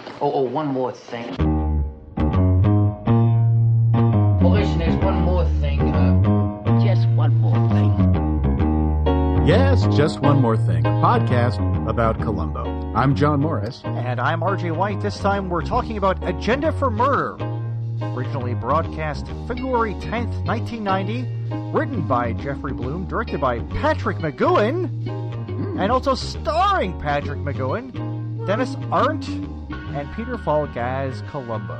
Oh, oh, one more thing. Boys, there's one more thing. Uh, just one more thing. Yes, just one more thing. A podcast about Colombo. I'm John Morris. And I'm RJ White. This time we're talking about Agenda for Murder. Originally broadcast February 10th, 1990. Written by Jeffrey Bloom, directed by Patrick McGowan, and also starring Patrick McGowan, Dennis Arndt, and Peter Falk as Columbo.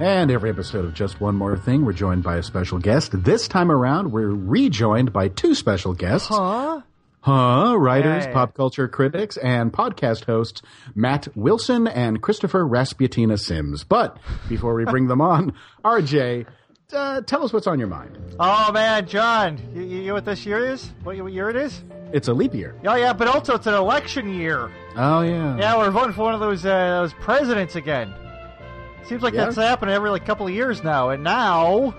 And every episode of Just One More Thing, we're joined by a special guest. This time around, we're rejoined by two special guests. Huh? Huh? Writers, Yeah. pop culture critics, and podcast hosts Matt Wilson and Christopher Rasputina Sims. But before we bring them on, RJ, uh, tell us what's on your mind. Oh man, John, you, you know what this year is? What, what year it is? It's a leap year. Oh yeah, but also it's an election year. Oh, yeah. Yeah, we're voting for one of those uh, those presidents again. Seems like Yeah. that's happened every like couple of years now, and now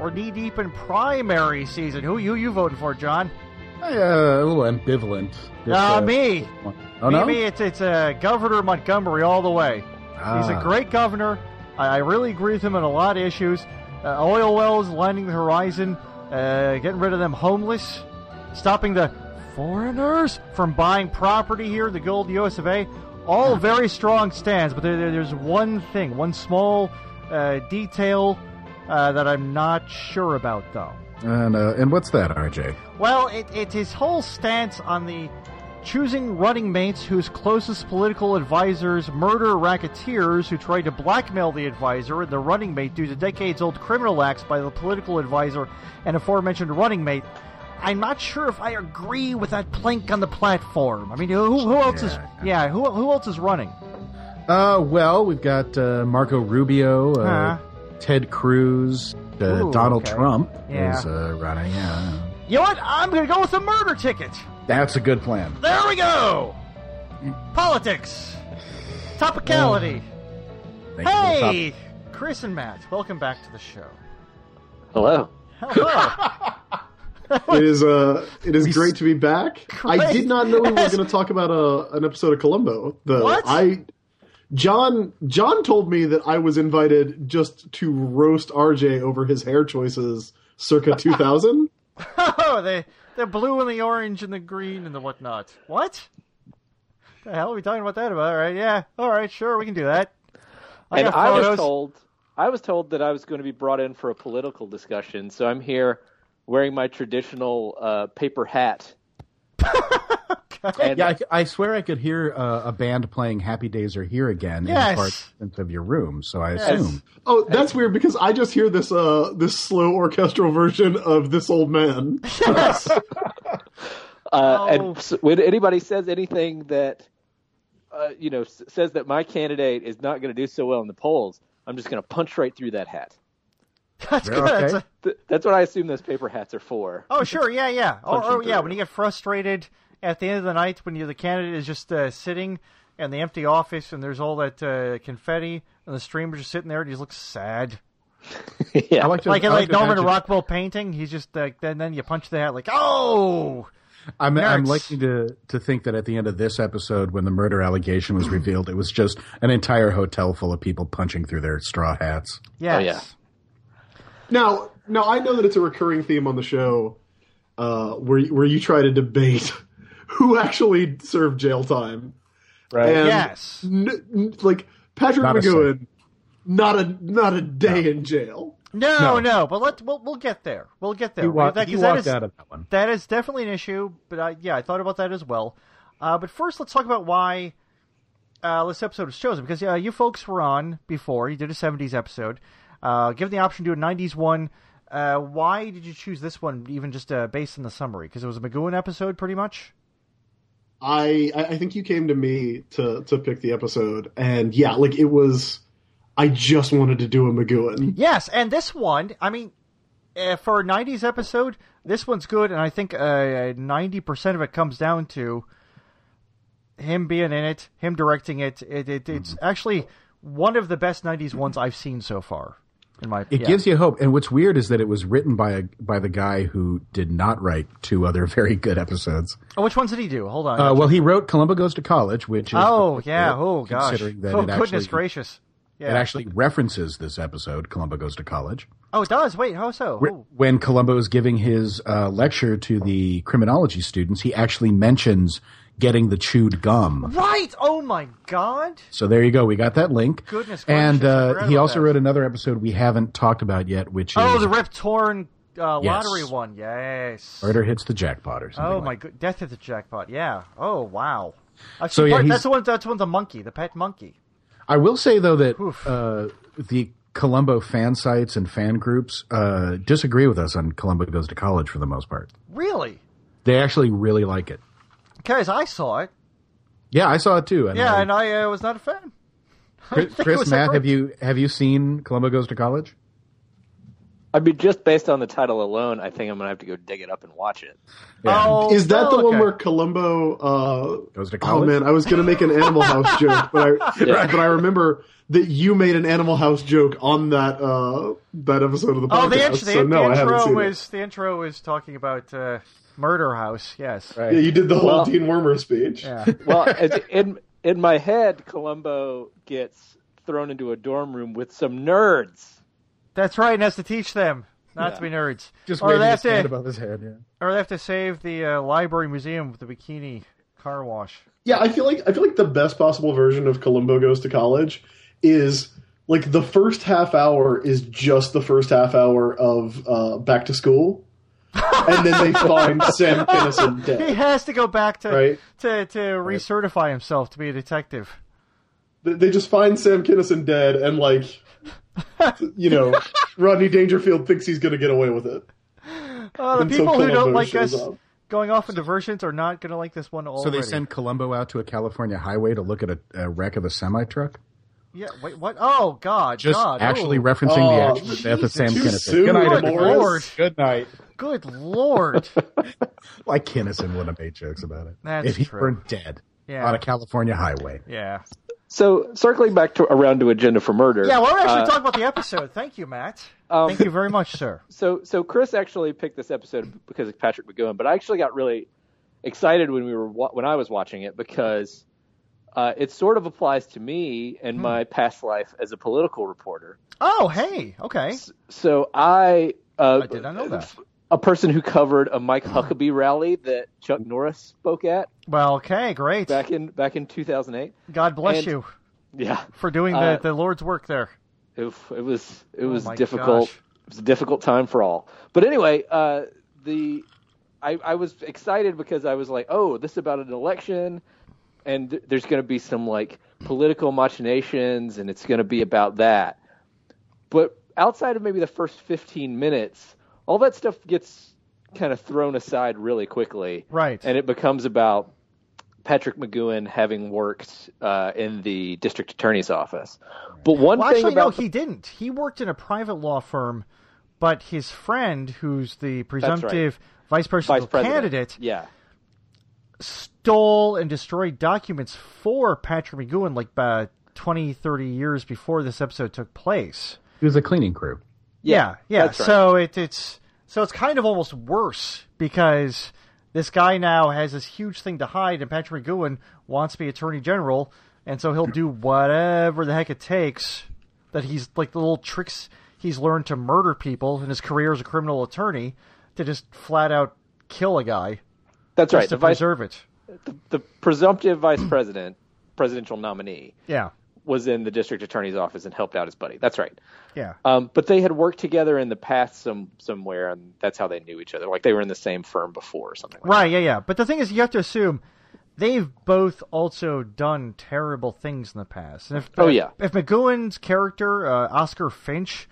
we're knee deep in primary season. Who you you voting for, John? Uh, a little ambivalent. This, Uh, me. Oh, no? Maybe it's it's uh, Governor Montgomery all the way. He's a Ah. great governor. I, I really agree with him on a lot of issues. Uh, oil wells lining the horizon, uh, getting rid of them homeless, stopping the foreigners from buying property here, the gold U.S. of A. All very strong stands, but there, there- there's one thing, one small uh, detail uh, that I'm not sure about, though. And, uh, and what's that, RJ? Well, it, it's his whole stance on the choosing running mates whose closest political advisors murder racketeers who tried to blackmail the advisor and the running mate due to decades old criminal acts by the political advisor and aforementioned running mate. I'm not sure if I agree with that plank on the platform. I mean, who, who else is Yeah. yeah? Who, who else is running? Uh, well, we've got uh, Marco Rubio, uh, Huh. Ted Cruz, uh, Uh-huh. Ooh, Donald okay. Trump Yeah. is uh, running. Yeah. You know what? I'm gonna go with the murder ticket. That's a good plan. There we go. Politics, topicality. Thank you for the top- Hey, Chris and Matt, welcome back to the show. Hello. Hello. It is uh, it is We s- great to be back. I did not know we were Yes. going to talk about a, an episode of Columbo. Though What? I John John told me that I was invited just to roast RJ over his hair choices circa 2000. oh, the the blue and the orange and the green and the whatnot. What? The hell are we talking about that about? All right, yeah, all right, sure, we can do that. I and got I was photos. told I was told that I was going to be brought in for a political discussion, so I'm here wearing my traditional uh, paper hat. and Yeah, I, c- I swear I could hear uh, a band playing "Happy Days Are Here Again" in Yes. the far distance of your room, so I Yes. assume. Oh, that's weird because I just hear this uh this slow orchestral version of this old man. Yes. uh, Oh. and s when anybody says anything that uh, you know s- says that my candidate is not going to do so well in the polls, I'm just going to punch right through that hat. That's Yeah, good. That's okay. a- Th- that's what I assume those paper hats are for. oh, sure, yeah, yeah. Or, Punching or yeah, through. when you get frustrated at the end of the night when you the candidate is just uh, sitting in the empty office and there's all that uh, confetti and the streamer's just sitting there and he just looks sad. yeah. I like to like I like to Norman imagine- Rockwell painting. He's just like then then you punch the hat like oh I'm, I'm Nerds. likely to to think that at the end of this episode, when the murder allegation was revealed, it was just an entire hotel full of people punching through their straw hats. yes. yeah. Now, now I know that it's a recurring theme on the show, uh, where where you try to debate who actually served jail time. Right. Yes. N- n- like Patrick Not a McGowan, not a not a day in jail. No, no, No. but let we'll, we'll get there. We'll get there. He, wa- That- he 'cause that walked is- out of that one. That is definitely an issue, but I, yeah, I thought about that as well. Uh, but first, let's talk about why uh, this episode was chosen because uh, you folks were on before. You did a '70s episode. Uh, given the option to do a '90s one, uh, why did you choose this one? Even just uh, based on the summary, because it was a McGowan episode, pretty much. I I I think you came to me to to pick the episode, and yeah, like it was. I just wanted to do a McGowan. Yes, and this one, I mean, uh, for a '90s episode, this one's good, and I think uh, ninety percent of it comes down to him being in it, Mm-hmm. him directing it. it, it it's actually one of the best '90s ones I've seen so far. in my It yeah. gives you hope. And what's weird is that it was written by a, by the guy who did not write two other very good episodes. Oh, which ones did he do? Hold on. Uh, well, he wrote Columba Goes to College, which is oh yeah. Oh gosh. considering that oh it goodness actually gracious. Yeah. it actually references this episode, Columba Goes to College. oh, it does. Wait. How so? Wh- Oh. When Columba is giving his uh, lecture to the criminology students, he actually mentions getting the chewed gum. Right. Oh my God. So there you go. We got that link. Goodness And gracious, I uh, forgot he about also that. wrote another episode we haven't talked about yet, which Oh, is the Rip Torn uh, Yes. lottery one. Yes. Murder Hits the Jackpot or something. Oh like my good. Death at the jackpot. Yeah. Oh wow. I've So, seen yeah, part- he's- that's the one. That's the one. The monkey. The pet monkey. I will say though that Oof. uh, the Columbo fan sites and fan groups uh, disagree with us on Columbo Goes to College for the most part. Really? They actually really like it. Because I saw it. Yeah, I saw it too. And Yeah, I, and I uh, was not a fan. I Chris, think it Chris was Matt, a have great- you have you seen Columbo Goes to College? I mean, just based on the title alone, I think I'm gonna have to go dig it up and watch it. Oh, Is that oh, the one okay. where Columbo uh, Goes to Oh college? man, I was gonna make an Animal House joke, but I Yeah. but I remember that you made an Animal House joke on that uh, that episode of the podcast. Oh, the, int- the, so no, the I haven't intro seen it. was the intro is talking about uh, Murder House. Yes. Right. Yeah, you did the whole Well- Dean Wormer speech. Yeah. Well, it's- in in my head, Columbo gets thrown into a dorm room with some nerds. That's right, and has to teach them not to be nerds. Just or waving they have his to, hand above his head. Yeah. or they have to save the uh, library museum with the bikini car wash. Yeah, I feel like I feel like the best possible version of Columbo goes to college is like the first half hour is just the first half hour of uh, back to school, and then they find Sam Kinison He dead. has to go back to Right. to, to recertify himself to be a detective. They- They just find Sam Kinison dead, and like, you know, Rodney Dangerfield thinks he's going to get away with it. Uh, the Until people who Columbo don't like shows us up. going off on diversions are not going to like this one So already. they send Columbo out to a California highway to look at a, a wreck of a semi truck, Yeah. Wait. What? Oh God. just God. actually oh, referencing Oh, the actual death of Jesus. Sam Too Kinison. soon, Good night, Good everyone. Lord. Good night. Good Lord. Like Kinison would have made jokes about it That's if he true. weren't dead Yeah. on a California highway. yeah. So circling back to around to Agenda for Murder. Yeah. Well, we're actually uh, talking about the episode. Thank you, Matt. um, Thank you very much, sir. so so Chris actually picked this episode because of Patrick McGowan, but I actually got really excited when we were wa- when I was watching it because uh, it sort of applies to me and Hmm. my past life as a political reporter. Oh, hey. Okay. So I uh, I did not know that. a person who covered a Mike Huckabee rally that Chuck Norris spoke at Well, okay. Great. back in back in 2008. God bless and- you Yeah, for doing the, uh, the Lord's work there. it, it was it was Oh my difficult. gosh. It was a difficult time for all. But anyway, uh, the I, I was excited because I was like, oh, this is about an election, and th- there's going to be some like political machinations, and it's going to be about that. But outside of maybe the first 15 minutes, all that stuff gets kind of thrown aside really quickly. Right. And it becomes about Patrick McGowan having worked uh, in the district attorney's office. But one Well, thing actually, no, about he didn't. He worked in a private law firm, but his friend, who's the presumptive vice vice presidential president. candidate, Yeah. stole and destroyed documents for Patrick McGowan like uh, 20, 30 years before this episode took place. He was a cleaning crew. Yeah, yeah. that's right. So it, it's so it's kind of almost worse because this guy now has this huge thing to hide, and Patrick McGowan wants to be Attorney General, and so he'll do whatever the heck it takes. That he's like the little tricks he's learned to murder people in his career as a criminal attorney to just flat out kill a guy That's right. to The, vice, preserve it. the presumptive vice president, presidential nominee, Yeah, was in the district attorney's office and helped out his buddy. That's right. yeah. Um, but they had worked together in the past some somewhere, and that's how they knew each other. Like they were in the same firm before or something. Like Right, yeah, yeah. But the thing is, you have to assume they've both also done terrible things in the past. And if, Oh, yeah. If McGowan's character, uh, Oscar Finch,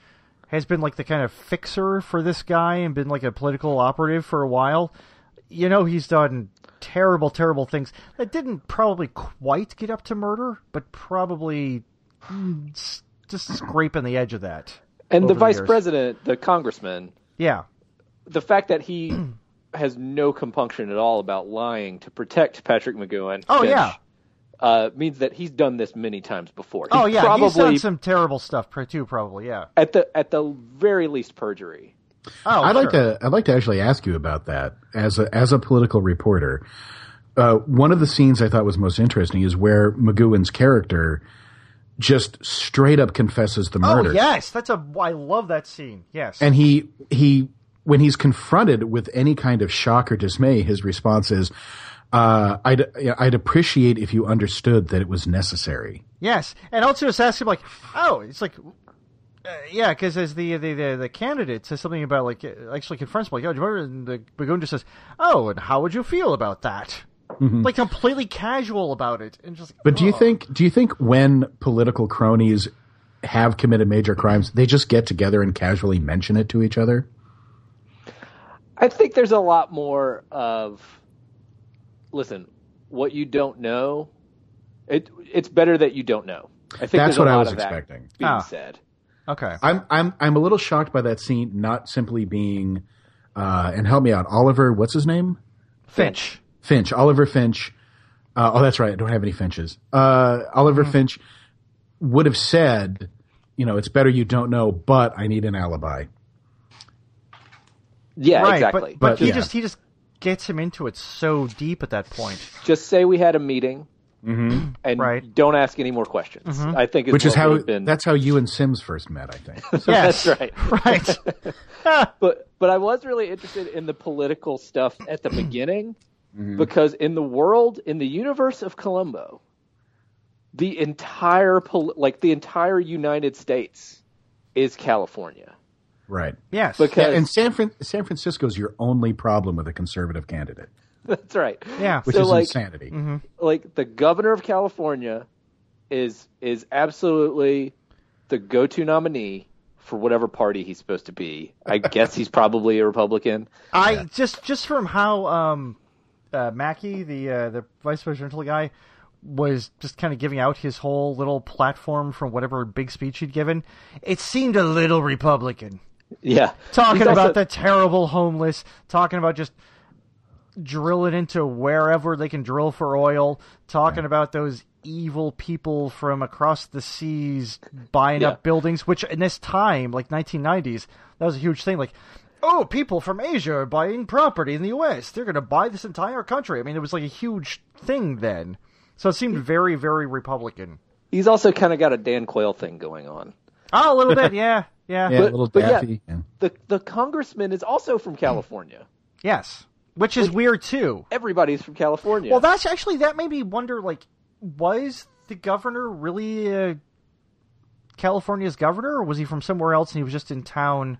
has been like the kind of fixer for this guy and been like a political operative for a while, you know he's done terrible, terrible things that didn't probably quite get up to murder, but probably mm, s- just scraping the edge of that. that. And Over the the vice years. president, the congressman, Yeah. the fact that he has no compunction at all about lying to protect Patrick McGowan. Oh, Finch, yeah. uh, means that he's done this many times before. Oh He's yeah, probably he's done some terrible stuff pr- too. Probably yeah. at the at the very least perjury. Oh, I'd like sure. to. I'd like to actually ask you about that as a as a political reporter. Uh, one of the scenes I thought was most interesting is where McGowan's character just straight up confesses the Oh murder. yes, that's a. I love that scene. Yes. And he he when he's confronted with any kind of shock or dismay, his response is, uh, "I'd I'd appreciate if you understood that it was necessary." Yes, and also just ask him like, oh, it's like, uh, yeah, because as the, the the the candidate says something about like uh, actually confronts him like, oh, do you remember? And the Bagoon just says, oh, and how would you feel about that? Like completely casual about it, and just. Mm-hmm. oh, But do you think do you think when political cronies have committed major crimes, they just get together and casually mention it to each other? I think there's a lot more of listen, what you don't know, it it's better that you don't know. I think That's there's a what I lot was of that expecting. Being Ah. said, okay? I'm I'm I'm a little shocked by that scene not simply being uh and help me out, Oliver, what's his name? Finch. Finch, Oliver Finch. Uh, oh, that's right. I don't have any Finches. Uh, Oliver Mm-hmm. Finch would have said, you know, it's better you don't know, but I need an alibi. yeah, right, exactly. But, but, But, he yeah. just he just gets him into it so deep at that point. Just say we had a meeting, and Right. don't ask any more questions. I think is Mm-hmm. Which is what how would've been, that's how you and Sims first met, I think. yes, that's right. right. but but I was really interested in the political stuff at the beginning because in the world in the universe of Columbo, the entire pol- like the entire United States is California right. Yes, Yeah, because and San Fran- San Francisco's your only problem with a conservative candidate, that's right. Yeah. which so is like insanity. like the governor of California is is absolutely the go-to nominee for whatever party he's supposed to be. I guess he's probably a Republican. I just just from how um, uh, Mackey, the uh, the vice presidential guy, was just kind of giving out his whole little platform from whatever big speech he'd given. It seemed a little Republican, Yeah. talking He's also- about the terrible homeless, talking about just drilling into wherever they can drill for oil, talking about those evil people from across the seas buying Yeah. up buildings, which in this time, like 1990s, that was a huge thing. Like, oh, people from Asia are buying property in the U.S. They're going to buy this entire country. I mean, it was like a huge thing then. So it seemed very, very Republican. He's also kind of got a Dan Quayle thing going on. Oh, a little bit, yeah, yeah, Yeah, a But- little but yeah. daffy. yeah. the the congressman is also from Hmm. California. yes, which is weird too. Everybody's from California. Well, that's actually that made me wonder. Like, was the governor really uh, California's governor, or was he from somewhere else and he was just in town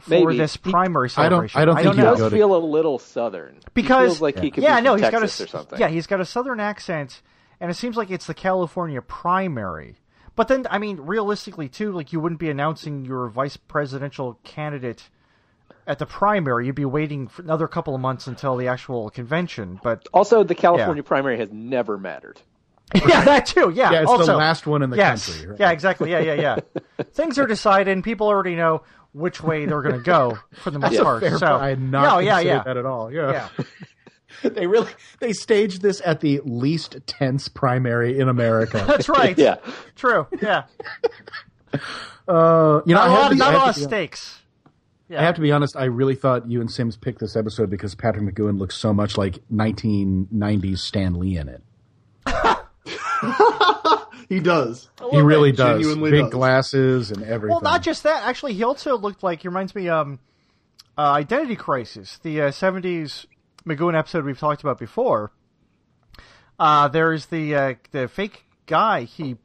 for Maybe. this He- primary I don't- celebration? I don't think he you does go to- feel a little southern He because feels like he could yeah, be no, from he's Texas got a or something. yeah, he's got a southern accent, and it seems like it's the California primary. But then, I mean, realistically, too, like you wouldn't be announcing your vice presidential candidate at the primary. You'd be waiting for another couple of months until the actual convention. But Also, the California primary has never mattered. yeah, that too. Yeah, Yeah, it's also, the last one in the yes. country. right? Yeah, exactly. Yeah, yeah, yeah. Things are decided, and people already know which way they're going to go for the most part. Fair, so, I had not no, yeah, considered yeah, that at all. yeah. they really they staged this at the least tense primary in America. That's right. Yeah, true. Yeah, Uh, you know, not I have a lot, to- I not a have lot of to be- stakes. I Yeah. have to be honest. I really thought you and Sims picked this episode because Patrick McGowan looks so much like 1990s Stan Lee in it. He does. He really bit. does. Genuinely Big does. glasses and everything. Well, not just that. Actually, he also looked like he reminds me um, uh, Identity Crisis, the uh, '70s Magoon episode we've talked about before. Uh, there's the uh, the fake guy he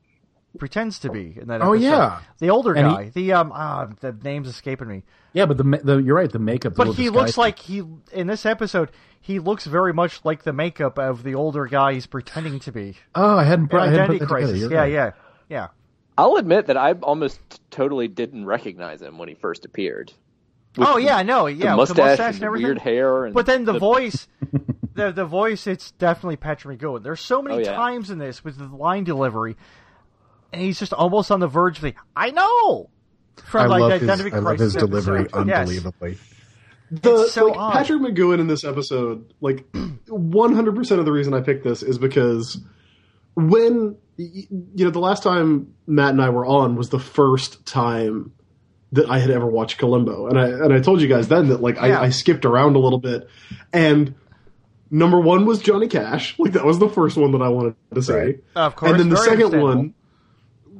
pretends to be in that. Oh, episode. yeah. the older And he- guy. The um, ah, the name's escaping me. yeah, but the, ma- the you're right. The makeup, But he looks like he in this episode. He looks very much like the makeup of the older guy he's pretending to be. oh, I hadn't, brought, I hadn't put Identity that together. Crisis. You're Yeah, right. yeah, yeah. I'll admit that I almost totally didn't recognize him when he first appered. With Oh yeah, no, the yeah, with mustache, the mustache and and the everything. weird hair, and But then the, voice, the the voice, it's definitely Patrick McGowan. There's so many Oh, yeah. times in this with the line delivery, and he's just almost on the verge of the I know from I, like love that his, Identity I love Crisis his delivery episode. Yes. unbelievably. The, It's so like, odd. Patrick McGowan in this episode, like 100% of the reason I picked this is because when y- you know the last time Matt and I were on was the first time that I had ever watched Columbo, and I and I told you guys then that like Yeah. I, I skipped around a little bit, and number one was Johnny Cash, like that was the first one that I wanted to say, Right. Of course, and then the very second understandable. one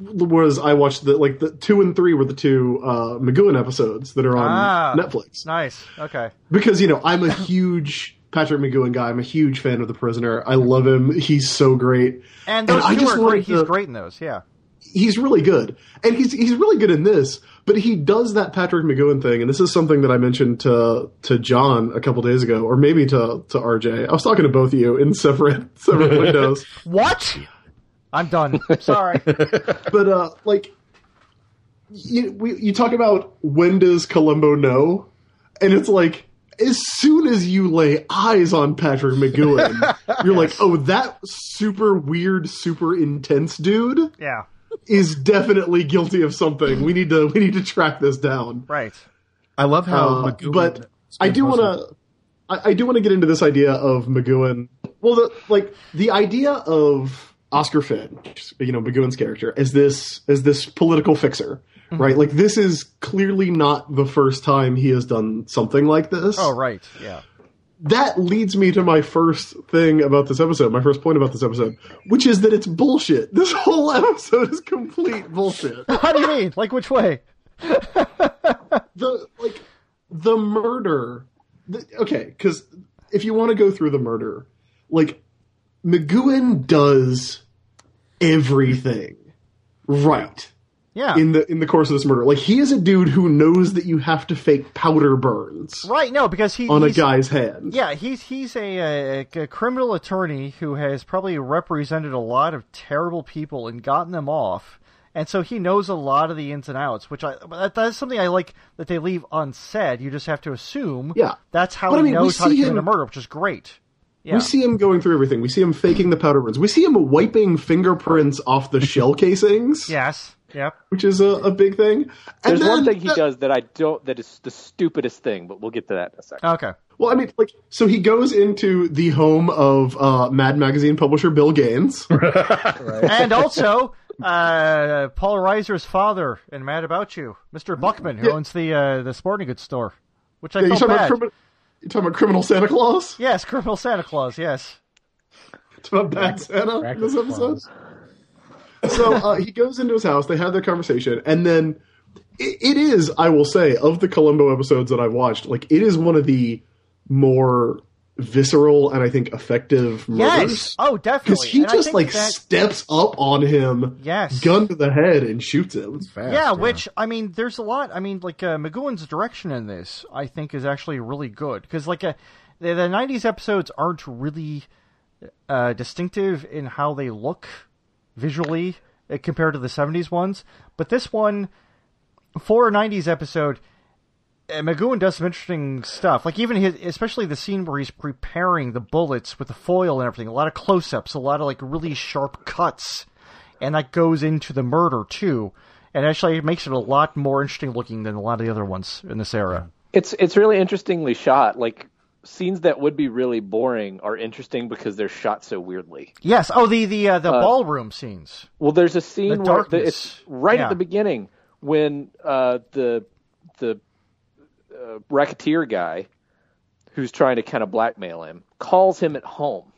was I watched the like the two and three were the two uh, McGowan episodes that are on Ah. Netflix Nice. Okay. because you know I'm a huge Patrick McGowan guy. I'm a huge fan of The Prisoner. I love him. He's so great. And those I two just are wanted great. He's to- great in those. Yeah. He's really good, and he's he's really good in this. But he does that Patrick McGowan thing, and this is something that I mentioned to to John a couple days ago, or maybe to to RJ. I was talking to both of you in separate separate windows. What? I'm done. Sorry. but uh, like you, we, you talk about when does Columbo know, and it's like as soon as you lay eyes on Patrick McGowan, you're like, oh, that super weird, super intense dude yeah. is definitely guilty of something. We need to we need to track this down. Right. I love how, Um, Uh, McGowan but I do spends most want of- to. I, I do want to get into this idea of McGowan. Well, the, like the idea of Oscar Finch, you know, McGowan's character, as this as this political fixer, Mm-hmm. right? Like this is clearly not the first time he has done something like this. Oh, right. Yeah. That leads me to my first thing about this episode, my first point about this episode, which is that it's bullshit. This whole episode is complete bullshit. How do you mean? Like which way? the like the murder the, okay because if you want to go through the murder like mcgowan does everything right Yeah. in the in the course of this murder like he is a dude who knows that you have to fake powder burns right. No, because he on a he's- guy's hand Yeah, he's he's a, a, a criminal attorney who has probably represented a lot of terrible people and gotten them off, and so he knows a lot of the ins and outs. Which I that, that's something I like that they leave unsaid. You just have to assume. Yeah. that's how But, I he mean, we knows how to see commit him- a murder, which is great. Yeah, We see him going through everything. We see him faking the powder burns. We see him wiping fingerprints off the shell casings, yes, yep. which is a, a big thing. And There's one then- thing he does that I don't. That is the stupidest thing, but we'll get to that in a second. Okay, Well, I mean, like, so he goes into the home of uh, Mad Magazine publisher Bill Gaines. and also uh, Paul Reiser's father in Mad About You, Mister Buckman, who Yeah. owns the uh, the sporting goods store, which I you felt talking about bad. criminal? You talking about criminal Santa Claus? Yes, criminal Santa Claus. Yes. It's about bad Santa in this episode. So uh, he goes into his house. They have their conversation, and then it, it is, I will say, of the Columbo episodes that I've watched, like it is one of the more visceral and I think effective Yes. murders Oh, because definitely. he And I just think like that, steps up on him, Yes. gun to the head, and shoots him. Fast, yeah, which I mean, there's a lot. I mean, like uh, McGowan's direction in this, I think, is actually really good because like uh, the, the '90s episodes aren't really uh, distinctive in how they look visually uh, compared to the '70s ones, but this one for a '90s episode. uh, McGowan does some interesting stuff, like even his, especially the scene where he's preparing the bullets with the foil and everything. A lot of close-ups, a lot of like really sharp cuts and that goes into the murder too. And actually, it makes it a lot more interesting looking than a lot of the other ones in this era. It's it's really interestingly shot. Like scenes that would be really boring are interesting because they're shot so weirdly. Yes. Oh, the the uh, the ballroom scenes. Well, there's a scene The where the- darkness. it's right Yeah. at the beginning when uh, the the uh, racketeer guy who's trying to kind of blackmail him calls him at home,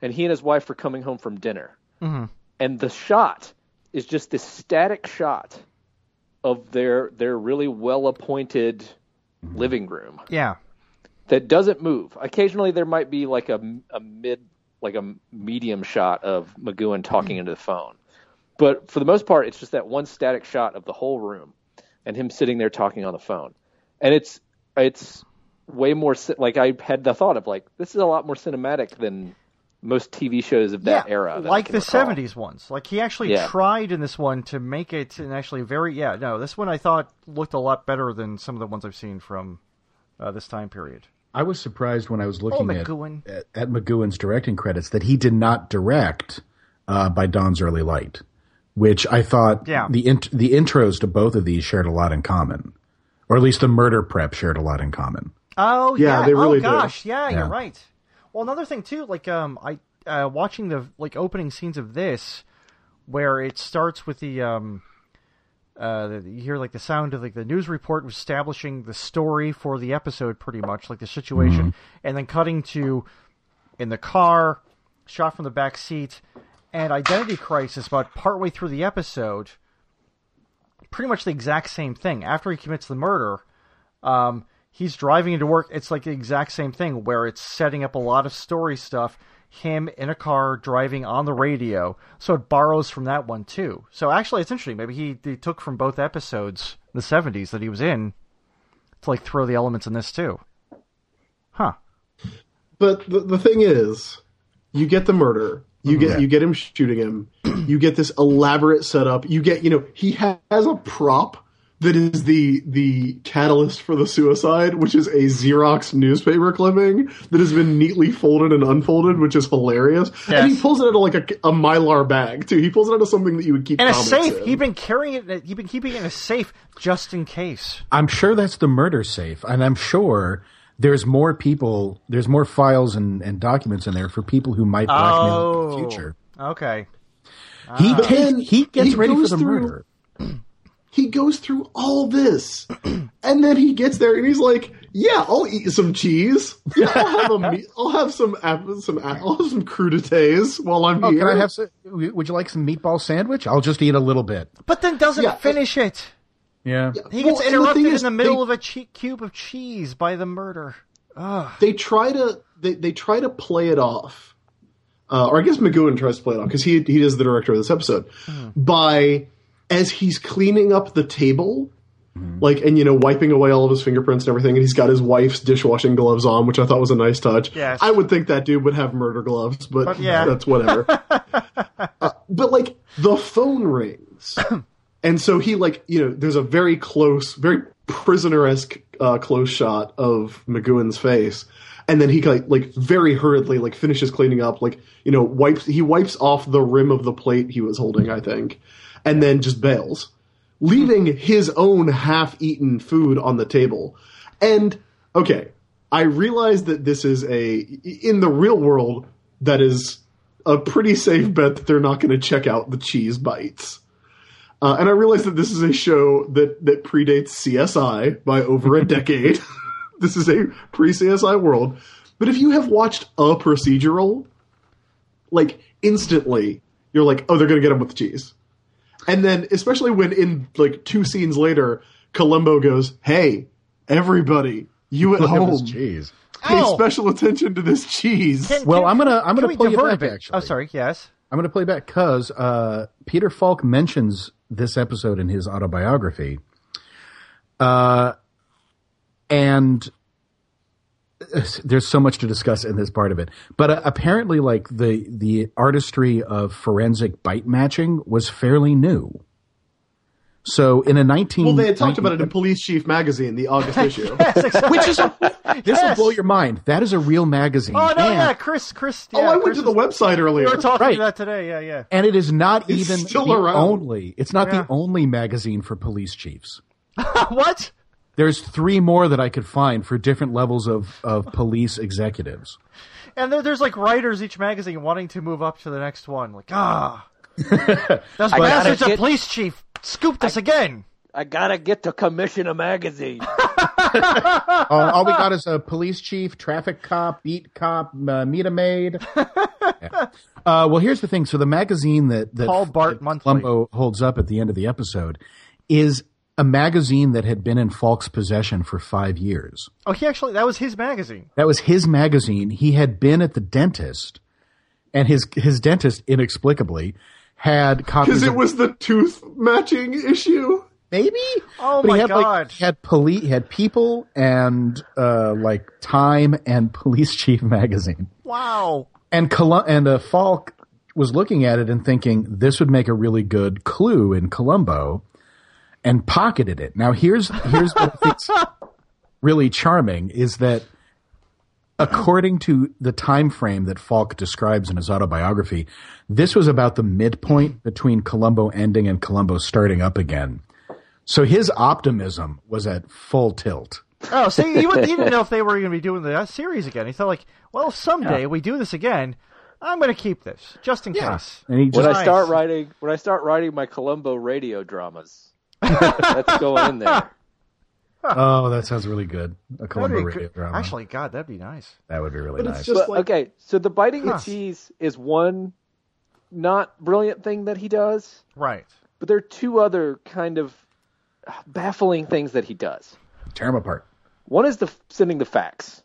and he and his wife are coming home from dinner, Mm-hmm. and the shot is just this static shot of their their really well appointed living room Yeah. that doesn't move. Occasionally, there might be like a, a mid, like a medium shot of McGowan talking Hmm. into the phone, but for the most part, it's just that one static shot of the whole room and him sitting there talking on the phone, and it's it's way more ci- like I had the thought of like this is a lot more cinematic than most TV shows of that yeah, era, that I like can the recall. '70s ones. Like he actually Yeah. tried in this one to make it and actually very yeah. No, this one I thought looked a lot better than some of the ones I've seen from uh, this time period. I was surprised when I Oh, was looking at, McGowan. at at McGowan's directing credits that he did not direct uh, by Dawn's Early Light, which I thought Yeah. the int- the intros to both of these shared a lot in common, or at least the murder prep shared a lot in common. Oh Yeah, yeah, they really oh do. gosh, yeah, Yeah. you're right. Well, another thing too, like um, I uh, watching the like opening scenes of this, where it starts with the um, uh, the- you hear like the sound of like the news report establishing the story for the episode, pretty much like the situation, Mm-hmm. and then cutting to in the car, shot from the back seat, and Identity Crisis about partway through the episode. Pretty much the exact same thing. After he commits the murder, um, he's driving into work. It's like the exact same thing where it's setting up a lot of story stuff. Him in a car driving on the radio, so it borrows from that one too. So actually, it's interesting. Maybe he, he took from both episodes, in the '70s that he was in, to like throw the elements in this too. Huh? But the, the thing is, you get the murder. You get Yeah. you get him shooting him. You get this elaborate setup. You get you know he ha- has a prop that is the the catalyst for the suicide, which is a Xerox newspaper clipping that has been neatly folded and unfolded, which is hilarious. And he Yes. pulls it out of like a, a mylar bag too. He pulls it out of something that you would keep In a comics safe. in. He'd been carrying it. He'd been keeping it in a safe just in case. I'm sure that's the murder safe, and I'm sure there's more people, there's more files and, and documents in there for people who might blackmail him in the future. Okay. Oh. Ah. He takes, then he gets he ready for goes the through- murder. he goes through all this and then he gets there and he's like yeah i'll eat some cheese yeah i'll have a meat i'll have some apples some a- i'll have some crudités while i'm Oh, here can I have? Some, would you like some meatball sandwich? I'll just eat a little bit. But then doesn't Yeah, finish it. Yeah. He Well, gets and the interrupted thing in is, the middle they- of a che- cube of cheese by the murder. Ugh. they try to they, they try to play it off, uh, or I guess McGowan tries to play it off because he he is the director of this episode. By as he's cleaning up the table, like and you know wiping away all of his fingerprints and everything, and he's got his wife's dishwashing gloves on, which I thought was a nice touch. Yes. I would think that dude would have murder gloves, but, But yeah. that's whatever. Uh, but like the phone rings. And so he like you know there's a very close, very prisoner esque uh, close shot of McGowan's face, and then he like, like very hurriedly like finishes cleaning up, like you know wipes he wipes off the rim of the plate he was holding, I think, and then just bails, leaving his own half eaten food on the table. And okay, I realize that this is a in the real world that is a pretty safe bet that they're not going to check out the cheese bites. Uh, and I realize that this is a show that, that predates CSI by over a decade. this is a pre CSI world. But if you have watched a procedural, like instantly, you're like, oh, they're going to get him with the cheese. And then, especially when in like two scenes later, Columbo goes, hey, everybody, you at Look at this home, cheese. pay Ow. special attention to this cheese. Can- Well, can- I'm gonna I'm can gonna we play it divert a back. bit? Actually, Oh, sorry. Yes. I'm going to play back because uh, Peter Falk mentions this episode in his autobiography, uh, and uh, there's so much to discuss in this part of it. But uh, apparently, like the the artistry of forensic bite matching was fairly new. So in a 19 Well, they had Mm-hmm. talked about it in Police Chief magazine, the August issue. which is a, this will Yes. blow your mind. That is a real magazine. Oh no, and, yeah, Chris, Chris. oh, yeah, I went Chris to the is- website earlier. We were talking Right. about that today. Yeah, yeah. and it is not It's even still the around. only. It's not Yeah. the only magazine for police chiefs. what? There's three more that I could find for different levels of, of police executives. And there, there's like writers each magazine wanting to move up to the next one. Like ah, those bastards gotta of get- police chief scooped us again. I gotta get to commission a magazine. Uh, all we got is a police chief, traffic cop, beat cop, uh, meet a maid. Yeah. Uh, well, here's the thing. So the magazine that, that Paul Bart that Monthly. Columbo holds up at the end of the episode is a magazine that had been in Falk's possession for five years. Oh, he actually that was his magazine. That was his magazine. He had been at the dentist, and his his dentist inexplicably had copies. Because it of- was the tooth matching issue. maybe. Oh he my had, God. Like, he had police, he had people, and uh, like Time and Police Chief magazine, Wow. and Colu- and uh, Falk was looking at it and thinking this would make a really good clue in Columbo, and pocketed it. Now here's here's what I think's really charming is that. According to the time frame that Falk describes in his autobiography, this was about the midpoint between Columbo ending and Columbo starting up again. So his optimism was at full tilt. Oh, see, you, wouldn't- you didn't know if they were going to be doing the uh, series again. He thought, like, well, someday we do this again. I'm going to keep this just in Yeah. case. And he When just Nice. I start writing, when I start writing my Columbo radio dramas, that's going in there. Oh, that sounds really good. A That'd Columbo be radio good. drama. Actually, God, that'd be nice. that would be really But nice. it's just But, like okay, so the biting Huh. the cheese is one not brilliant thing that he does, Right. but there are two other kind of baffling things that he does. Tear him apart. One is the f- sending the facts.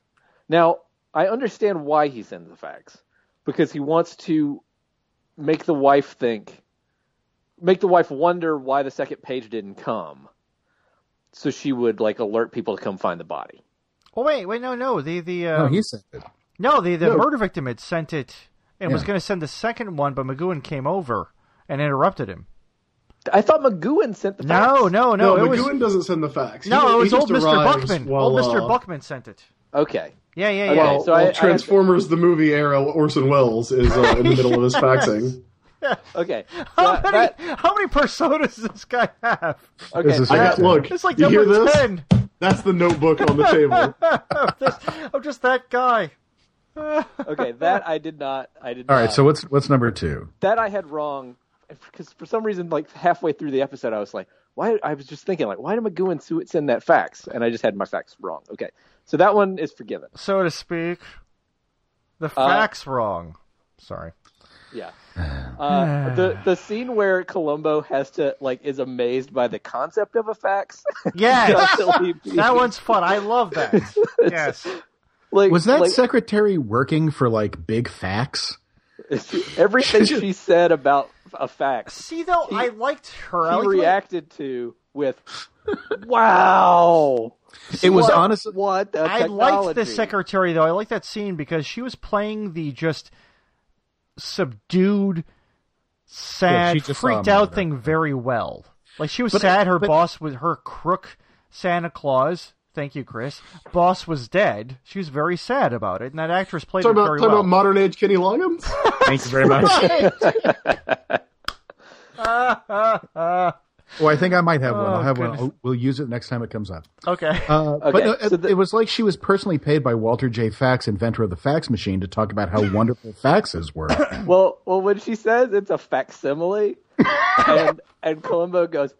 Now, I understand why he sends the facts because he wants to make the wife think, make the wife wonder why the second page didn't come, so she would like alert people to come find the body. Oh wait, wait, no, no. The the No, uh, Oh, he sent it. no, the, the No. murder victim had sent it and was Yeah. going to send the second one, but Magooan came over and interrupted him. I thought McGowan sent the facts. No, no, no, no. it was McGowan doesn't send the facts. He- no, it he was just old Mister arrives Buckman. while, old uh, Mister Buckman sent it. Okay. Yeah, yeah, Okay, yeah. While, so I- while I- Transformers the movie era Orson Welles is uh, in the middle of his faxing. Okay. So how many that- how many personas does this guy have? okay. This is I I- got, look, It's like you hear number this? ten. That's the notebook on the table. This- I'm just that guy. okay. That I did not. I did. All not. right, so what's what's number two? that I had wrong because for some reason, like halfway through the episode, I was like, why? I was just thinking, like, why did McGowan su- send that fax? And I just had my fax wrong. Okay, so that one is forgiven. so to speak. The Uh, facts wrong. Sorry. Yeah. Uh, the the scene where Columbo has to like is amazed by the concept of a fax. Yes, Constantly being- that one's fun. I love that. Yes, like, Was that like, secretary working for like Big Facts? everything she said about a fax? see though, I liked her. I He liked reacted to with, "Wow, It was What- honestly what the I liked the technology. secretary though. I liked that scene because she was playing the just subdued, sad, she just um, saw freaked him out murder. thing very well. Like she was But- sad her but- boss with her crook Santa Claus. Thank you, Chris. Boss was dead. She was very sad about it, and that actress played Talking it about, very talking well. about modern age Kenny Loggins? Thank you very much. well, I think I might have one. I'll Oh, have goodness. one. I'll- We'll use it next time it comes up. okay. Uh, But Okay, no, it, so the- it was like she was personally paid by Walter J. Fax, inventor of the fax machine, to talk about how wonderful faxes were. Well, well, when she says it's a facsimile, and and Columbo goes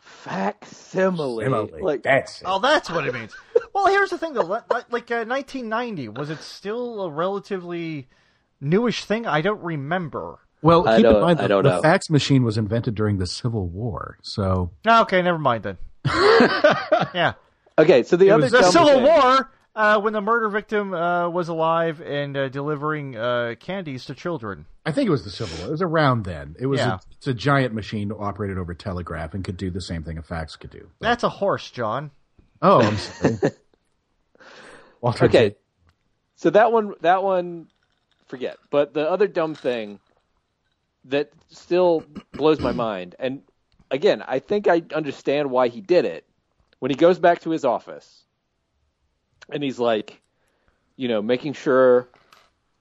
facsimile, like that's it. Oh, that's what it means. well, here's the thing, though. Like uh, 1990, was it still a relatively newish thing? I don't remember. Well, I keep in don't- mind I that don't the know. fax machine was invented during the Civil War, so No, Ah, okay, never mind then. yeah, okay. So the it other was the dumb Civil thing- War uh, when the murder victim uh, was alive and uh, delivering uh, candies to children. I think it was the Civil War. It was around then. It was Yeah. a, it's a giant machine operated over telegraph and could do the same thing a fax could do. That's a horse, John. Oh, I'm sorry. Walter J. Okay, so that one, that one, forget. But the other dumb thing that still blows my mind, and again, I think I understand why he did it. When he goes back to his office, and he's like, you know, making sure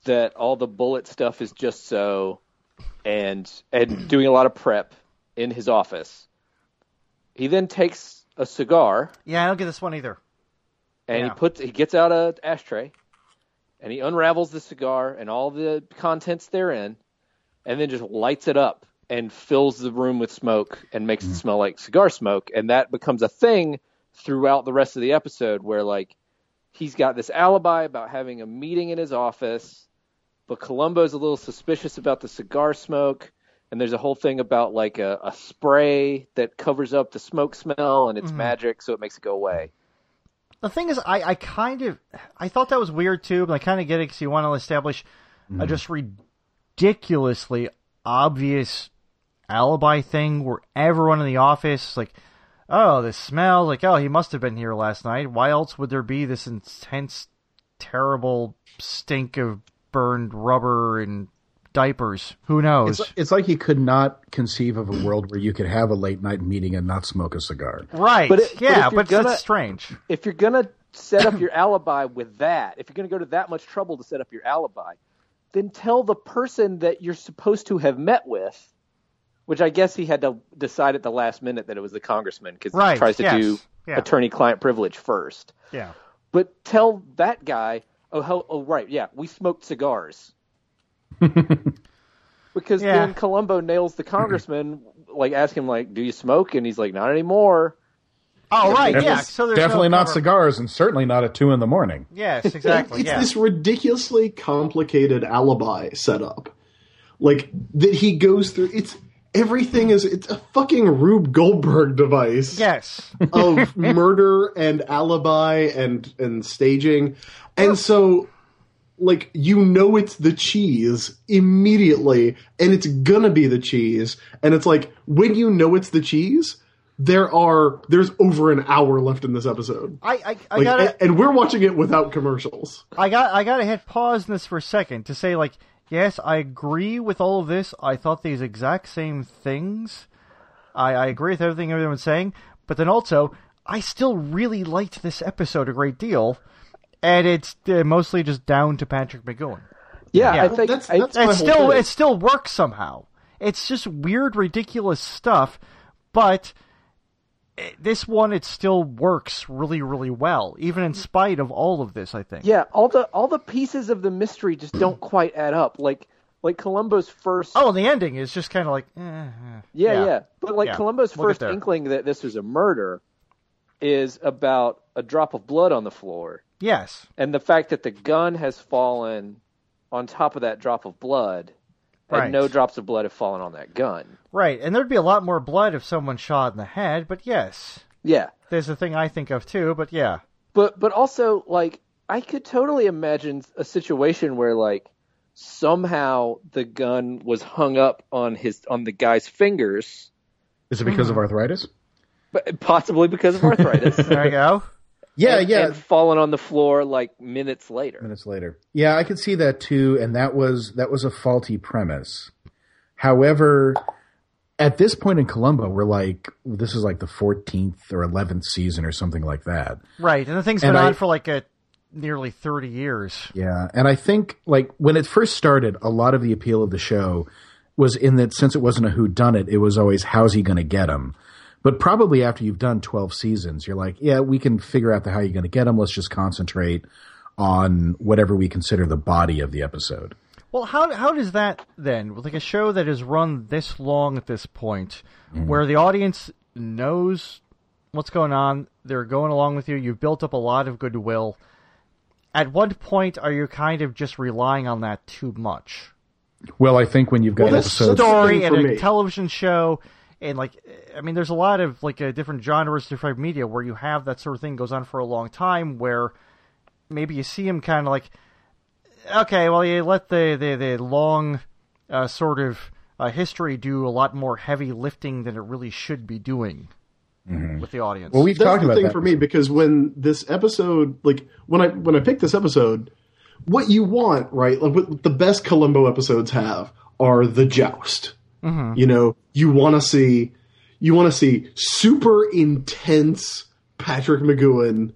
that all the bullet stuff is just so, and and doing a lot of prep in his office. He then takes a cigar Yeah, I don't get this one either. and Yeah. he puts he gets out a ashtray and he unravels the cigar and all the contents therein and then just lights it up and fills the room with smoke and makes it smell like cigar smoke and that becomes a thing throughout the rest of the episode where like he's got this alibi about having a meeting in his office but Columbo's a little suspicious about the cigar smoke and there's a whole thing about like a, a spray that covers up the smoke smell and it's magic so it makes it go away The thing is, I, I kind of I thought that was weird too, but I kind of get it because you want to establish Mm-hmm. a just ridiculously obvious alibi thing where everyone in the office is like, oh, this smell, like, oh, he must have been here last night. Why else would there be this intense, terrible stink of burned rubber and diapers? Who knows? It's, it's like you could not conceive of a world where you could have a late night meeting and not smoke a cigar. right? But it- but yeah, if but, you're gonna- it's strange. if you're gonna set up your alibi with that, if you're gonna go to that much trouble to set up your alibi, then tell the person that you're supposed to have met with, which I guess he had to decide at the last minute that it was the congressman because Right, he tries to yes, do yeah. attorney-client privilege first. Yeah. But tell that guy, oh, how, oh, right, yeah, we smoked cigars. Because Yeah. then Columbo nails the congressman, like ask him like, "Do you smoke?" And he's like, "Not anymore." Oh, right, yeah. So there's Definitely no not cover- cigars, and certainly not at two in the morning. Yes, exactly. It's yeah. this ridiculously complicated alibi setup. Like that he goes through it's everything is it's a fucking Rube Goldberg device Yes. of murder and alibi and and staging. And so like you know it's the cheese immediately and it's gonna be the cheese and it's like when you know it's the cheese there are there's over an hour left in this episode I, I, I like, gotta, and, and we're watching it without commercials I got I gotta hit pause in this for a second to say like, yes, I agree with all of this. I thought these exact same things. I, I agree with everything everyone's saying, but then also I still really liked this episode a great deal, and it's uh, mostly just down to Patrick McGowan. Yeah, Yeah. I think That's- I- that's It my whole still thing. it still works somehow. It's just weird, ridiculous stuff, but it- this one it still works really, really well, even in spite of all of this. I think. yeah. All the all the pieces of the mystery just don't quite add up. Like like Columbo's first. Oh, and the ending is just kind of like, eh, eh. Yeah, yeah. But like Yeah, Columbo's we'll get first there. inkling that this was a murder is about a drop of blood on the floor yes, and the fact that the gun has fallen on top of that drop of blood Right. and no drops of blood have fallen on that gun. right. And there'd be a lot more blood if someone shot in the head, but yes, Yeah. there's a thing I think of too. But yeah, But but also like I could totally imagine a situation where like somehow the gun was hung up on his on the guy's fingers, Is it Mm-hmm. because of arthritis? but possibly because of arthritis. there you go. Yeah, and- yeah. and fallen on the floor like minutes later. minutes later. Yeah, I could see that too, and that was that was a faulty premise. However, at this point in Columbo, we're like, this is like the fourteenth or eleventh season or something like that. Right, and the thing's And been I- on for like a nearly thirty years. Yeah, and I think like when it first started, a lot of the appeal of the show was in that since it wasn't a who done it, it was always how's he going to get him. But probably after you've done 12 seasons, you're like, yeah, we can figure out the how you're going to get him. Let's just concentrate on whatever we consider the body of the episode. Well, how how does that then with like a show that is run this long at this point, where the audience knows what's going on, they're going along with you, you've built up a lot of goodwill. At what point are you kind of just relying on that too much? Well, I think when you've got Well, that's episodes, the story thing and for a me. television show and like i mean there's a lot of like uh, different genres different media where you have that sort of thing goes on for a long time where maybe you see him kind of like okay well you let the the, the long uh, sort of uh, history do a lot more heavy lifting than it really should be doing with the audience well, we've That's talked the about thing that for me because when this episode, like when I when I picked this episode, what you want, right? Like what the best Columbo episodes have are the joust. Mm-hmm. You know, you want to see you want to see super intense Patrick McGowan,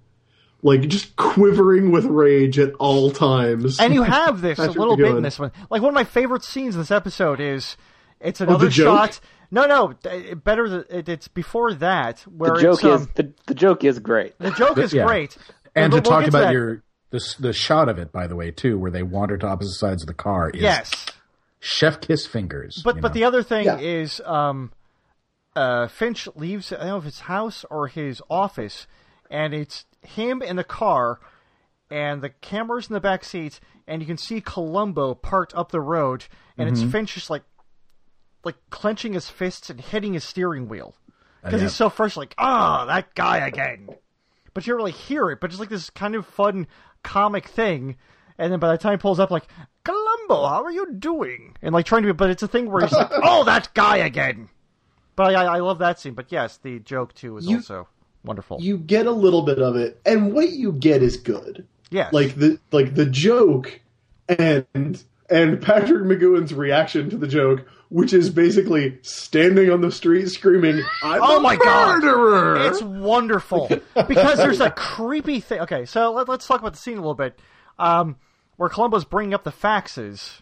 like just quivering with rage at all times. and you have this a Patrick little bit in McGowan. this one. Like one of my favorite scenes in this episode is it's another the joke? shot. No, no, th- it- better. th- it- It's before that where The joke it's, um, is the, the joke is great. the joke is Yeah. great. and But to we'll talk get about that. your the the shot of it, by the way, too, where they wander to opposite sides of the car. Is yes, chef kiss fingers. but you but know. the other thing Yeah. is um, uh, Finch leaves. I don't know if it's house or his office, and it's him in the car, and the cameras in the back seats, and you can see Columbo parked up the road, and Mm-hmm. it's Finch just like like clenching his fists and hitting his steering wheel because Oh, yeah. he's so fresh. Like, ah, that guy again. But you don't really hear it. But just like this kind of fun comic thing. And then by the time he pulls up, like, Columbo, how are you doing? And like trying to be, but it's a thing where he's like, oh, that guy again. But I, I love that scene. But yes, the joke too is You- also wonderful. you get a little bit of it, and what you get is good. yes. like the like the joke and and Patrick McGowan's reaction to the joke, which is basically standing on the street screaming, "I'm Oh a my God. murderer!" It's wonderful because there's a creepy thing. Okay, so let, us talk about the scene a little bit, um, where Columbo's bringing up the faxes.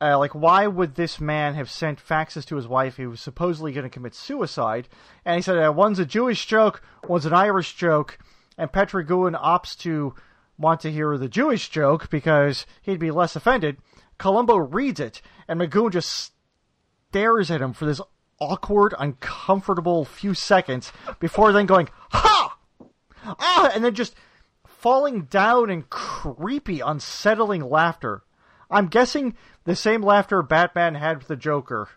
Uh, like, why would this man have sent faxes to his wife who was supposedly going to commit suicide? And he said, uh, one's a Jewish joke, one's an Irish joke, and Petra Guin opts to want to hear the Jewish joke because he'd be less offended. Columbo reads it, and Magoon just stares at him for this awkward, uncomfortable few seconds before then going, Ha! Ah! And then just falling down in creepy, unsettling laughter. I'm guessing the same laughter Batman had with the Joker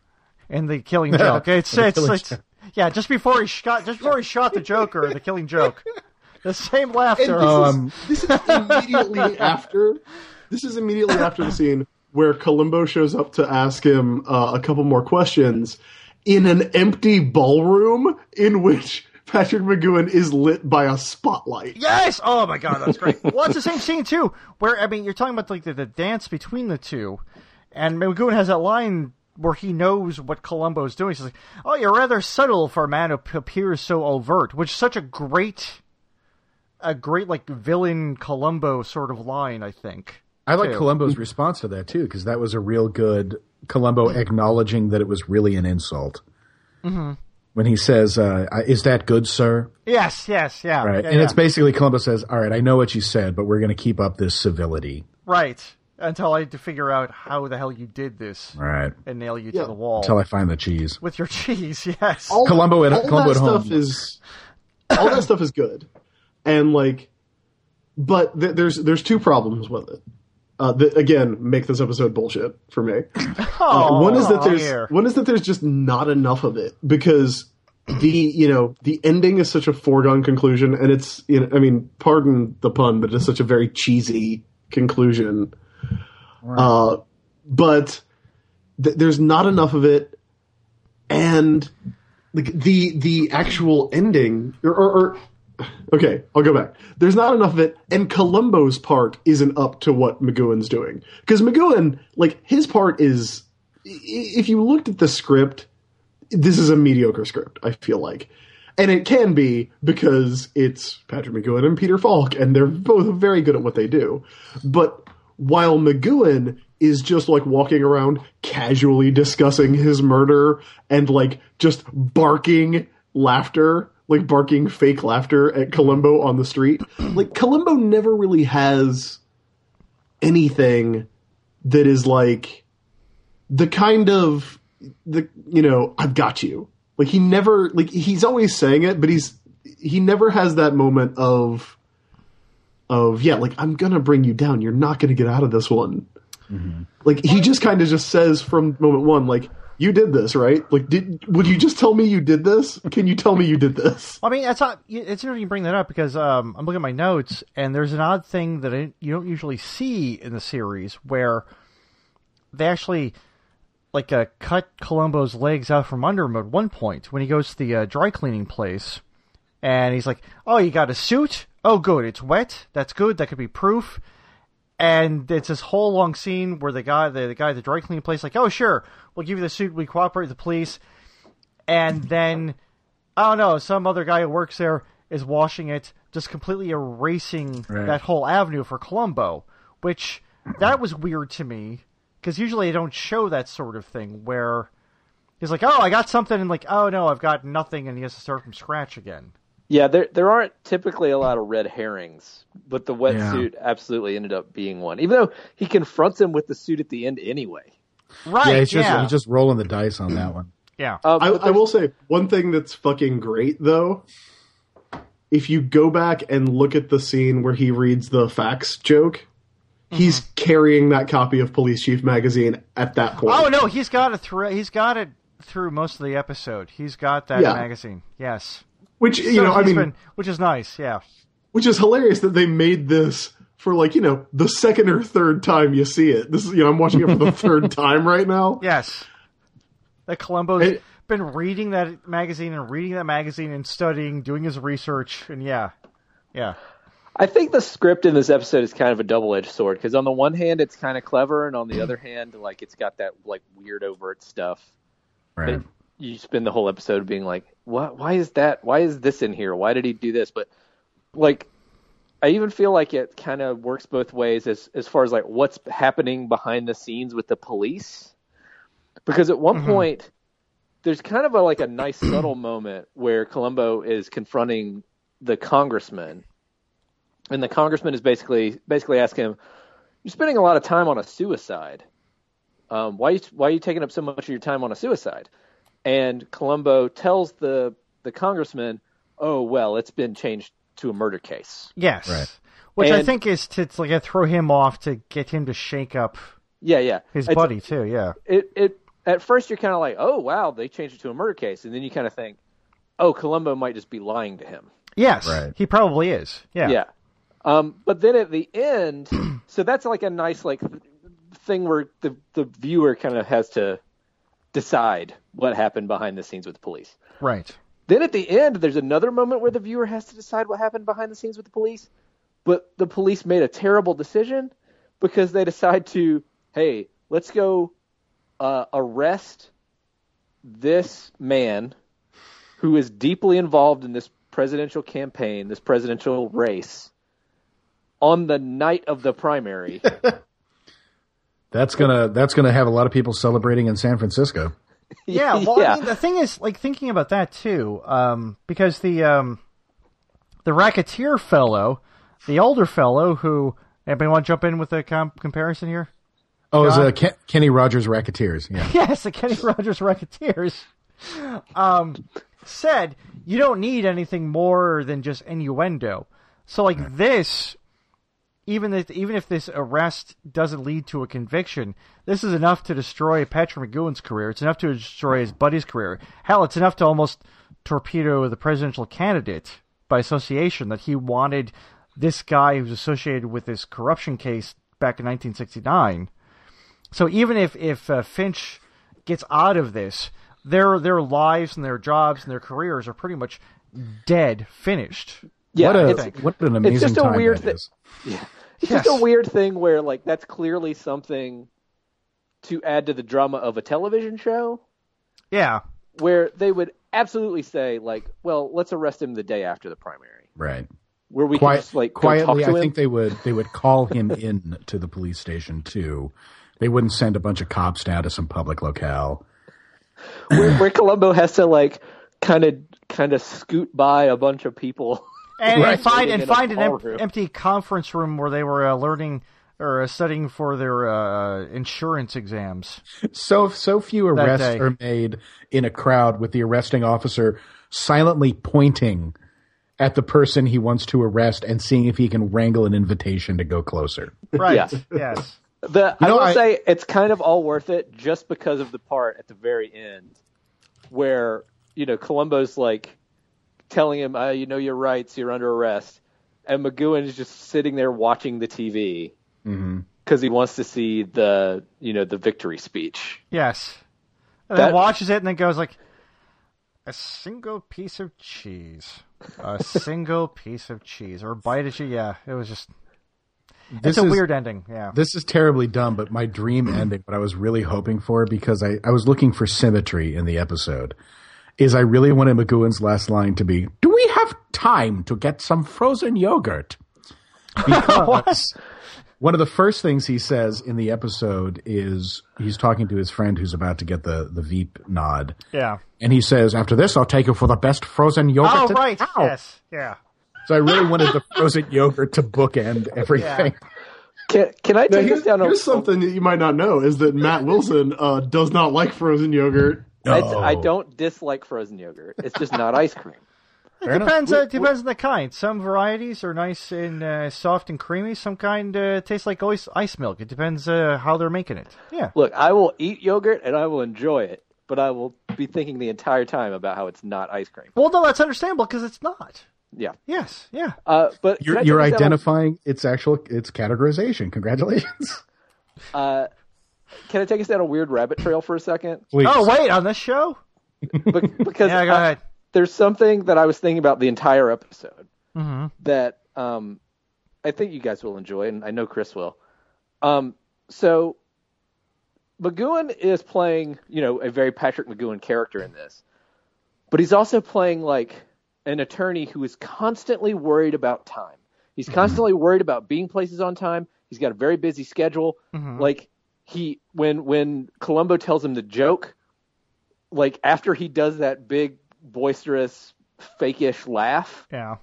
in the Killing Joke. It's The it's, Killing it's yeah, just before he shot just before he shot the Joker in the Killing Joke. The same laughter. Oh, Um, This is immediately after. This is immediately after the scene where Columbo shows up to ask him uh, a couple more questions in an empty ballroom in which Patrick McGowan is lit by a spotlight. Yes! Oh my god, that's great. well, it's the same scene too, where I mean, you're talking about like the, the dance between the two, and Magoon has that line where he knows what Columbo's doing. He's like, "Oh, you're rather subtle for a man who p- appears so overt," which is such a great, a great like villain Columbo sort of line. I think. I like too. Columbo's response to that too, because that was a real good Columbo acknowledging that it was really an insult. Mm-hmm. When he says, uh, I- "Is that good, sir?" Yes, yes, yeah. Right, yeah, and yeah. it's basically Columbo says, "All right, I know what you said, but we're going to keep up this civility." right until I had to figure out how the hell you did this All right, and nail you Yeah. to the wall until I find the cheese. with your cheese. Yes. All- Columbo at- all Columbo that at home. stuff is all that stuff is good, and like, but th- there's there's two problems with it. Uh, that again make this episode bullshit for me. Uh, Oh, one is that oh, there's here. one is that there's just not enough of it because the you know the ending is such a foregone conclusion, and it's you know, I mean, pardon the pun, but it's such a very cheesy conclusion. Uh, but th- there's not enough of it, and like the the actual ending or, or, or okay i'll go back there's not enough of it and columbo's part isn't up to what mcgowan's doing because mcgowan like his part is i- if you looked at the script this is a mediocre script i feel like and it can be because it's patrick mcgowan and peter falk and they're both very good at what they do but while mcgowan is just like walking around casually discussing his murder and like just barking laughter, like barking fake laughter at Columbo on the street. Like Columbo never really has anything that is like the kind of the you know, I've got you. Like he never like he's always saying it, but he's he never has that moment of of yeah, like I'm gonna bring you down. You're not gonna get out of this one. Like he just kind of just says from moment one, like you did this, right? Like did would you just tell me you did this? Can you tell me you did this? Well, I mean, that's not. It's interesting you bring that up because um, I'm looking at my notes, and there's an odd thing that I, you don't usually see in the series where they actually like uh, cut Columbo's legs out from under him at one point when he goes to the uh, dry cleaning place, and he's like, "Oh, you got a suit? Oh, good, it's wet. That's good. That could be proof." And it's this whole long scene where the guy, the, the guy at the dry cleaning place, like, "Oh, sure, we'll give you the suit. We cooperate with the police," and then. I don't know, Oh, some other guy who works there is washing it, just completely erasing Right. that whole avenue for Columbo, which that was weird to me because usually they don't show that sort of thing where he's like, "Oh, I got something," and like, "Oh no, I've got nothing," and he has to start from scratch again. Yeah, there there aren't typically a lot of red herrings, but the wetsuit absolutely ended up being one. Even though he confronts him with the suit at the end anyway. Right? yeah, Yeah. he's just he's just rolling the dice on that one. yeah. Uh, I, but I there's- will say one thing that's fucking great though. If you go back and look at the scene where he reads the facts joke, he's Mm-hmm. carrying that copy of Police Chief magazine at that point. Oh no, he's got it through. He's got it through most of the episode. He's got that Yeah. magazine. Yes. Which you So know, I he's mean, been- which is nice. Yeah. which is hilarious that they made this for like you know the second or third time you see it. This is you know I'm watching it for the third time right now. Yes. That Columbo's It- been reading that magazine and reading that magazine and studying, doing his research, and yeah. Yeah. I think the script in this episode is kind of a double edged sword because on the one hand it's kind of clever, and on the other hand, like it's got that like weird overt stuff. Right. You spend the whole episode being like, "What? Why is that? Why is this in here? Why did he do this?" But like, I even feel like it kind of works both ways as as far as like what's happening behind the scenes with the police, because at one point there's kind of a, like a nice subtle moment where Columbo is confronting the congressman, and the congressman is basically basically asking him, "You're spending a lot of time on a suicide." um, why, are you, why are you taking up so much of your time on a suicide? And Columbo tells the, the congressman, oh, well, it's been changed to a murder case. Yes. Right. Which I And- think is to it's like I throw him off to get him to shake up Yeah, yeah. his It's- buddy too. Yeah. it it at first you're kind of like, oh wow, they changed it to a murder case, and then you kind of think, oh, Columbo might just be lying to him. Yes. Right. He probably is. Yeah. Yeah. Um, but then at the end, so that's like a nice like th- thing where the the viewer kind of has to decide what happened behind the scenes with the police. Right. Then at the end, there's another moment where the viewer has to decide what happened behind the scenes with the police, but the police made a terrible decision because they decide to, hey, let's go uh, arrest this man who is deeply involved in this presidential campaign, this presidential race, on the night of the primary. That's gonna that's gonna have a lot of people celebrating in San Francisco. Yeah, well, Yeah. I mean, the thing is, like thinking about that too, um, because the um, the racketeer fellow, the older fellow, who anybody want to jump in with a com- comparison here? Oh, it's Yeah. uh, Ken- Kenny Rogers Racketeers. Yeah. Yes, the Kenny Rogers Racketeers. Um, said you don't need anything more than just innuendo. So, like this, even if even if this arrest doesn't lead to a conviction, this is enough to destroy Patrick McGowan's career. It's enough to destroy his buddy's career. Hell, it's enough to almost torpedo the presidential candidate by association that he wanted this guy who's associated with this corruption case back in 1969. So even if if uh, Finch gets out of this, their their lives and their jobs and their careers are pretty much dead, finished. yeah, what a it's- what an amazing just a time weird that thi- is. It's Yes. just a weird thing where like that's clearly something to add to the drama of a television show Yeah, where they would absolutely say like, well, let's arrest him the day after the primary, Right. where we Quiet, can just like go talk quietly, to I him. think they would they would call him in to the police station too. They wouldn't send a bunch of cops down to some public locale. where, where Columbo has to like kind of kind of scoot by a bunch of people. and, Right. and find Sitting and in a find an hall emp- room. empty conference room where they were uh, learning or uh, studying for their uh, insurance exams. So so few arrests day. are made in a crowd with the arresting officer silently pointing at the person he wants to arrest and seeing if he can wrangle an invitation to go closer. Right. Yeah. Yes. The know, I will I- say it's kind of all worth it just because of the part at the very end where you know Columbo's like telling him, uh, "You know your rights. You're under arrest," and McGowan is just sitting there watching the TV Mm-hmm. because he wants to see the you know the victory speech. Yes. And then That- watches it and then goes like, a single piece of cheese, a single piece of cheese, or a bite of cheese. Yeah, it was just. This it's a is- weird ending. Yeah. This is terribly dumb, but my dream Mm-hmm. ending, what I was really hoping for, because I, I was looking for symmetry in the episode, is I really wanted McGowan's last line to be, Do we have time to get some frozen yogurt? Because one of the first things he says in the episode is he's talking to his friend who's about to get the, the Veep nod. yeah. And he says, After this, I'll take you for the best frozen yogurt. Oh in right. town." Yes. Yeah. So I really wanted the frozen yogurt to bookend everything. Can can I Now, take here's, us down a, here's something that you might not know is that Matt Wilson uh, does not like frozen yogurt. I, No. I don't dislike frozen yogurt. It's just not ice cream. Fair enough. Depends. uh, depends on the kind. Some varieties are nice and uh, soft and creamy. Some kind uh, tastes like ice, ice milk. It depends uh, how they're making it. Yeah. Look, I will eat yogurt and I will enjoy it, but I will be thinking the entire time about how it's not ice cream. Well, no, that's understandable because it's not. Yeah. Yes. Yeah. Uh, but can I You're, take you're us down a- identifying its actual its categorization. Congratulations. Uh, can I take us down a weird rabbit trail for a second? Please. Oh wait, on this show? Be- because Yeah. Go I- ahead. there's something that I was thinking about the entire episode Mm-hmm. that um, I think you guys will enjoy, and I know Chris will. Um, so McGowan is playing, you know, a very Patrick McGowan character in this, but he's also playing like an attorney who is constantly worried about time. He's constantly worried about being places on time. He's got a very busy schedule. Mhm. Like he when when Columbo tells him the joke, like after he does that big boisterous fakish laugh, Yeah.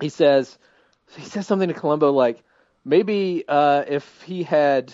he says he says something to Columbo like maybe uh, if he had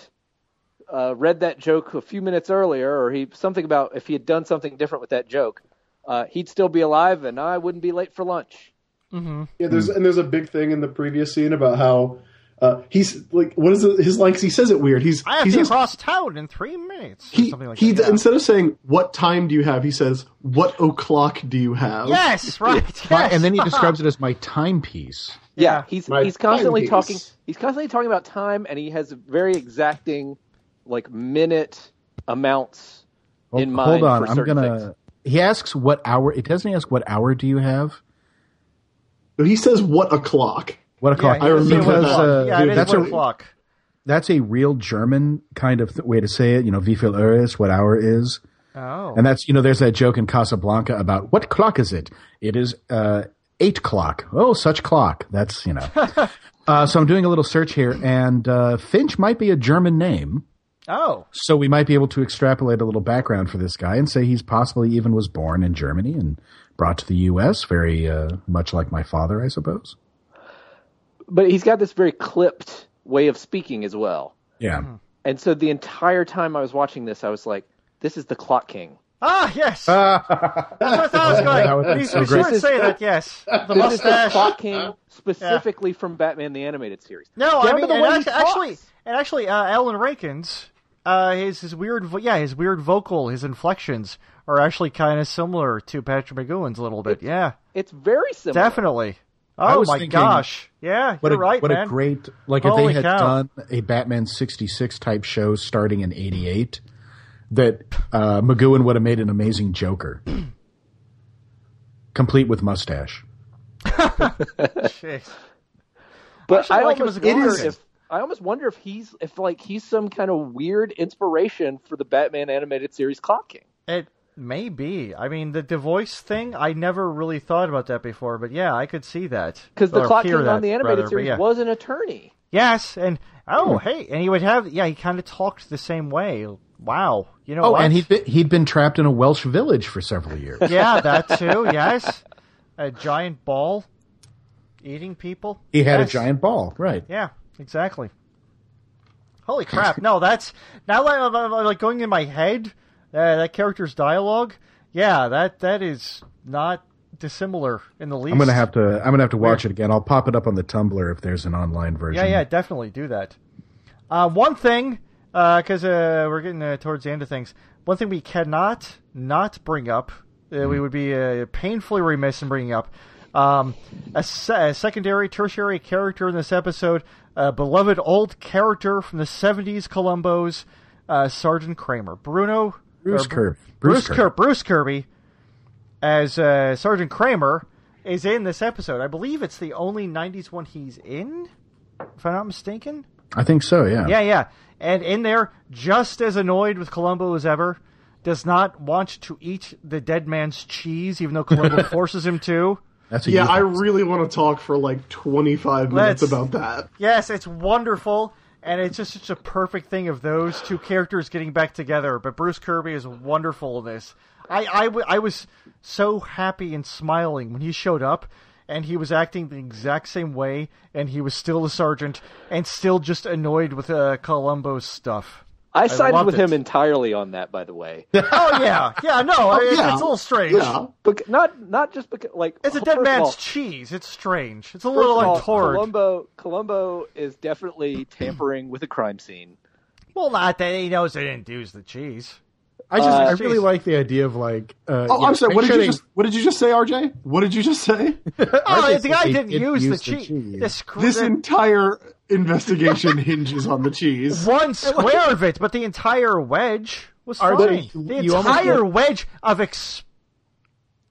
uh, read that joke a few minutes earlier, or he something about if he had done something different with that joke, uh, he'd still be alive, and I wouldn't be late for lunch. Yeah, Hmm. there's and there's a big thing in the previous scene about how uh, he's like, what is it, his like? He says it weird. He's I have he to says- cross town in three minutes. or he, something like he that. d- instead of saying what time do you have, he says what o'clock do you have? Yes, right. My- yes. and then he describes it as my timepiece. Yeah, Yeah. he's My he's constantly timepiece. talking. He's constantly talking about time, and he has very exacting, like minute amounts Well, in mind. hold on, for I'm certain gonna. things. He asks what hour. It doesn't ask what hour do you have. No, he says what o'clock. What o'clock? Yeah, he does say remember one because that. o'clock. uh, yeah, it is that's one a o'clock. that's a real German kind of th- way to say it. You know, wie viel Uhr ist, what hour is, Oh, and that's you know, there's that joke in Casablanca about what clock is it? It is uh, eight clock. Oh, such clock. That's you know. uh, so I'm doing a little search here, and uh, Finch might be a German name, oh, so we might be able to extrapolate a little background for this guy and say he's possibly even was born in Germany and brought to the U.S. Very uh, much like my father, I suppose. But he's got this very clipped way of speaking as well. Yeah. And so the entire time I was watching this, I was like, "This is the Clock King." ah, yes. that's what I thought was Uh, That would going. be You, so you great. should say that. Yes, the This is the mustache. Clock King specifically from Batman the Animated Series. No, Down I to mean, the and way he actually, actually, talks. and actually, uh, Alan Rankins, uh, his his weird, vo- yeah, his weird vocal, his inflections are actually kind of similar to Patrick McGowan's a little bit. Yeah, It's very similar. definitely. I Oh was my thinking- gosh! Yeah, What a, you're right, what man. a great like if Holy they had cow. done a Batman sixty six type show starting in eighty eight, that uh, McGowan would have made an amazing Joker, complete with mustache. Jeez. But I I like him as almost a wonder character. if I almost wonder if he's if like he's some kind of weird inspiration for the Batman animated series Clock King. It may be. I mean, the, the voice thing, I never really thought about that before, but yeah, I could see that. Because the Or Clock King hear on that, the animated rather, but series yeah. was an attorney. Yes, and oh, hey, and he would have, yeah, he kind of talked the same way. Wow. You know Oh, what? and he'd been, he'd been trapped in a Welsh village for several years. Yeah, that too, yes. A giant ball eating people. He had Yes. a giant ball, right? Yeah, exactly. Holy crap! No, that's now that I'm, I'm, I'm, like going in my head. Uh, that character's dialogue, yeah, that that is not dissimilar in the least. I'm gonna have to I'm gonna have to watch it again. I'll pop it up on the Tumblr if there's an online version. Yeah, yeah, definitely do that. Uh, one thing, because uh, we're getting uh, towards the end of things, one thing we cannot not bring up, uh, Mm-hmm. we would be uh, painfully remiss in bringing up, um, a, se- a secondary, tertiary character in this episode, a beloved old character from the 70s Columbos, uh, Sergeant Kramer. Bruno. Bruce or Bru- Kirby. Bruce, Kirby. Bruce Kirby as uh, Sergeant Kramer is in this episode. I believe it's the only '90s one he's in, if I'm not mistaken. I think so. Yeah. Yeah, yeah. And in there, just as annoyed with Columbo as ever, does not want to eat the dead man's cheese, even though Columbo forces him to. That's a Yeah, youth- I really want to talk for like 25 minutes Let's- about that. Yes, it's wonderful. And it's just such a perfect thing of those two characters getting back together. But Bruce Kirby is wonderful in this. I, I, w- I was so happy and smiling when he showed up and he was acting the exact same way and he was still a sergeant and still just annoyed with uh, Columbo's stuff. I, sided loved with it. him entirely on that, by the way. Oh, yeah. Yeah, no, I- it's- yeah. it's a little strange. Yeah. Oh, But not not just because like It's a first dead of man's all- cheese. It's strange. It's a first little of all, like torrid. Columbo Columbo is definitely tampering with a crime scene. Well, not that he knows they didn't use the cheese. I just Uh, I really like the idea of like. Uh, Oh, yeah, I'm sorry. What make did sure you they- just What did you just say, RJ? What did you just say? Oh, Arby's the said guy they didn't didn't use, use the, the cheese. cheese. The screw- This the- entire investigation hinges on the cheese. one square of it, but the entire wedge was Archie, fine. you- The you almost entire got- wedge of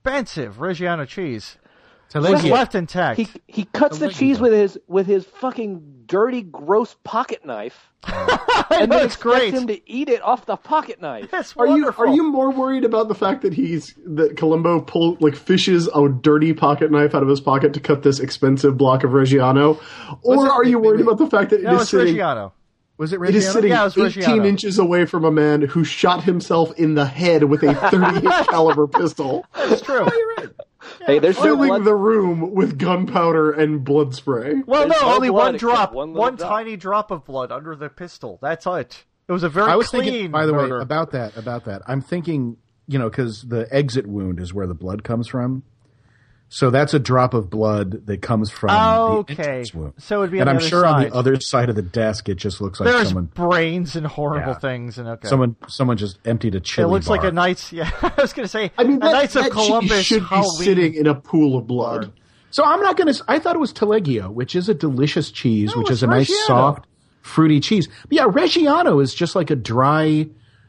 expensive Reggiano cheese was Telegia. left intact. He he cuts the Olivia. cheese with his with his fucking dirty gross pocket knife. and then it's expects great. him to eat it off the pocket knife. That's Are you wonderful. are you more worried about the fact that he's that Columbo pull like fishes a dirty pocket knife out of his pocket to cut this expensive block of Reggiano, or it- are you wait, worried wait. about the fact that No, it is it's sitting Reggiano. was it it is Reggiano? sitting Yeah, it was eighteen Reggiano. inches away from a man who shot himself in the head with a thirty eight caliber pistol, It's true. Hey, there's no filling blood. the room with gunpowder and blood spray. Well, There's no, no only blood one except drop, one one, little drop. tiny drop of blood under the pistol. That's it. It was a very I was clean thinking, by the murder. way, about that. About that, I'm thinking, you know, because the exit wound is where the blood comes from. So that's a drop of blood that comes from the okay, entrance wound. so it'd be and on the I'm other sure on side. the other side of the desk, it just looks like There's someone, brains and horrible Yeah. things, and okay, someone, someone just emptied a it chili. looks like bar. a Knights. Yeah, I was gonna say I mean, a that, Knights of that she Columbus should Halloween. be sitting in a pool of blood. bar. So I'm not going to. I thought it was Taleggio, which is a delicious cheese, No, which it's is a nice Reggiano. soft, fruity cheese. But yeah, Reggiano is just like a dry,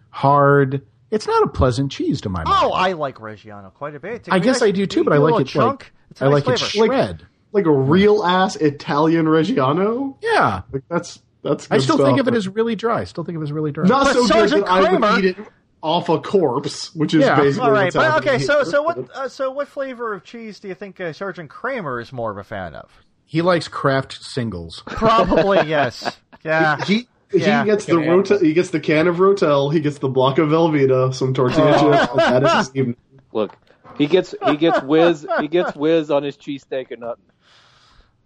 hard. It's not a pleasant cheese to my mind. Oh, I like Reggiano quite a bit. I guess I do too, but I like it chunk. like it's a I nice like flavor. it shred. Like a real ass Italian Reggiano. yeah, Like that's that's. I good still stuff. think of it as really dry. I still think of it as really dry. not But so good Sergeant that I Kramer- would eat it off a corpse, which is Yeah. basically All right, what's but happening okay. So, here. so what? Uh, so, what flavor of cheese do you think uh, Sergeant Kramer is more of a fan of? He likes craft singles. Probably yes. Yeah. he Yeah. he gets the rota- he gets the can of Rotel, he gets the block of Velveeta, some tortilla chips, and that is his evening. Look, he gets he gets whiz he gets whiz on his cheesesteak or nothing.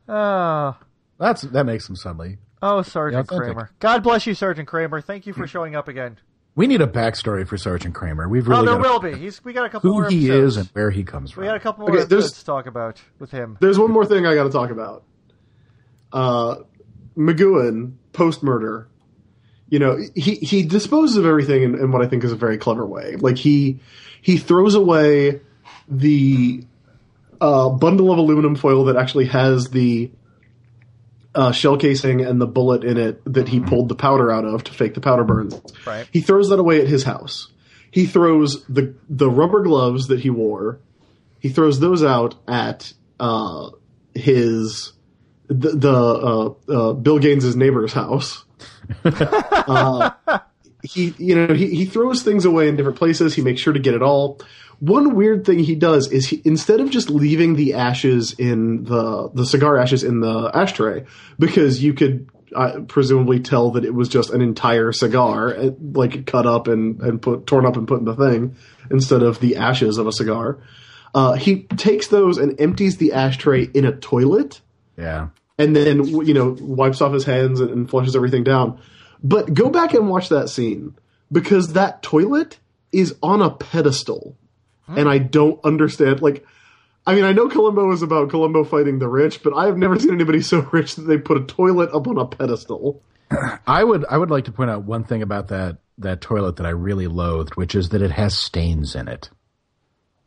Oh, That's that makes him sunny. oh, Sergeant authentic. Kramer. God bless you, Sergeant Kramer. Thank you Mm. for showing up again. We need a backstory for Sergeant Kramer. We've really oh, there got will be. He's. We got a couple who more. he episodes. is and where he comes from. We got a couple more Okay, there's- episodes to talk about with him. There's one more thing I got to talk about. Uh, McGowan post murder, you know, he he disposes of everything in, in what I think is a very clever way. Like he he throws away the uh, bundle of aluminum foil that actually has the uh, shell casing and the bullet in it that he pulled the powder out of to fake the powder burns. Right. He throws that away at his house. He throws the the rubber gloves that he wore. He throws those out at uh, his the, the uh, uh, Bill Gaines's neighbor's house. uh, he you know he, he throws things away in different places. He makes sure to get it all. One weird thing he does is he instead of just leaving the ashes in the the cigar ashes in the ashtray because you could uh, presumably tell that it was just an entire cigar uh, like cut up and and put torn up and put in the thing instead of the ashes of a cigar. Uh, he takes those and empties the ashtray in a toilet yeah. and then you know wipes off his hands and, and flushes everything down. But go back and watch that scene because that toilet is on a pedestal, Hmm. and I don't understand. Like, I mean, I know Columbo is about Columbo fighting the rich, but I have never seen anybody so rich that they put a toilet up on a pedestal. I would I would like to point out one thing about that that toilet that I really loathed, which is that it has stains in it.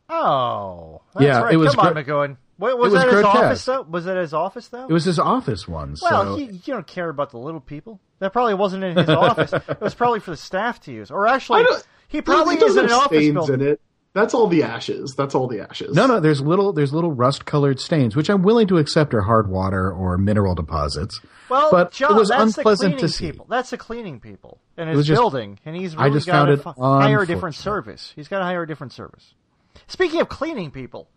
Oh, that's Yeah, right. it was Come on, gro- McGowan. Wa- was, it was that his grotesque. office though? Was that his office though? It was his office one. Well, so you, you don't care about the little people. That probably wasn't in his office. It was probably for the staff to use. Or I actually, don't- he probably It doesn't is in an have office stains building. in it. That's all the ashes. That's all the ashes. no, no. There's little there's little rust colored stains, which I'm willing to accept are hard water or mineral deposits. Well, but John, it was that's unpleasant the to cleaning see. people. That's the cleaning people in was his just- building, and he's I really just got found to it fi- hire a different unfortunate. service. He's got to hire a different service. Speaking of cleaning people,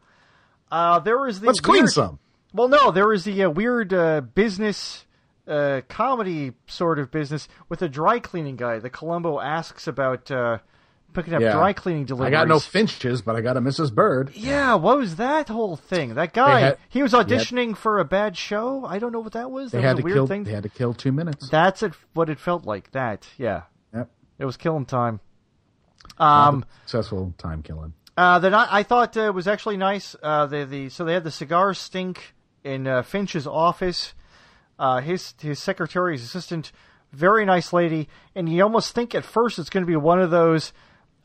uh, there was the Let's clean weird- some. Well, no, there was the uh, weird uh, business, uh, comedy sort of business with a dry cleaning guy. The Columbo asks about uh, picking up Yeah. dry cleaning deliveries. I got no finches, but I got a Mrs. Bird. Yeah, what was that whole thing? That guy, had- he was auditioning for a bad show. I don't know what that was. They that had to was a weird kill. thing. They had to kill two minutes. That's it, what it felt like. That, yeah, Yep. it was killing time. Um, Successful time killing. uh, then I, I thought uh, it was actually nice. Uh, the the so they had the cigar stink in uh, Finch's office. Uh, his his secretary, his assistant, very nice lady, and you almost think at first it's going to be one of those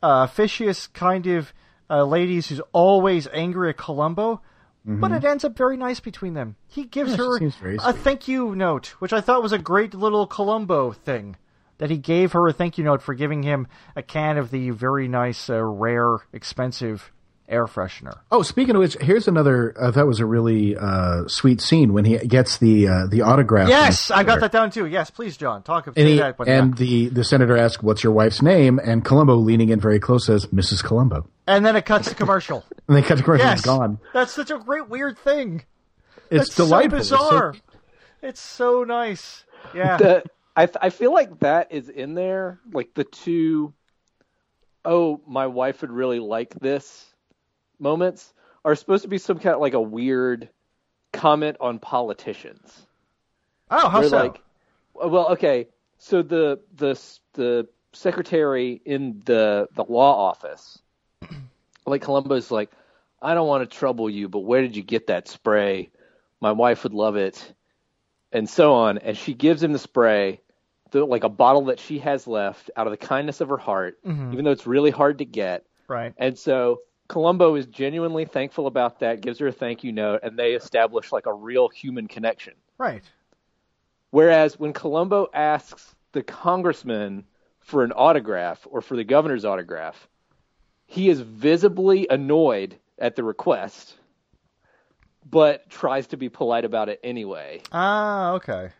uh, fishiest kind of uh, ladies who's always angry at Columbo. But it ends up very nice between them. He gives Yeah, she her Mm-hmm. seems very a sweet. thank you note, which I thought was a great little Columbo thing. That he gave her a thank you note for giving him a can of the very nice, uh, rare, expensive air freshener. Oh, speaking of which, here's another. Uh, that was a really uh, sweet scene when he gets the uh, the autograph. Yes, from I got Senator. that down too. Yes, please, John, talk about And, he- that. One. and the the senator asks, "What's your wife's name?" And Columbo, leaning in very close, says, "Mrs. Columbo." and then it cuts to commercial. And they cut the commercial. yes, It's gone. That's such a great weird thing. It's That's delightful. It's So so- bizarre. It's so nice. Yeah. The, I I feel like that is in there, like the two oh my wife would really like this moments are supposed to be some kind of like a weird comment on politicians. oh, how They're so? like, well, okay, so the the the secretary in the the law office, like Columbo's like, I don't want to trouble you, but where did you get that spray? My wife would love it, and so on. And she gives him the spray, the, like a bottle that she has left out of the kindness of her heart, Mm-hmm. even though it's really hard to get. Right. And so Columbo is genuinely thankful about that, gives her a thank you note, and they establish like a real human connection. Right. Whereas when Columbo asks the congressman for an autograph or for the governor's autograph, he is visibly annoyed at the request, but tries to be polite about it anyway, Ah, okay.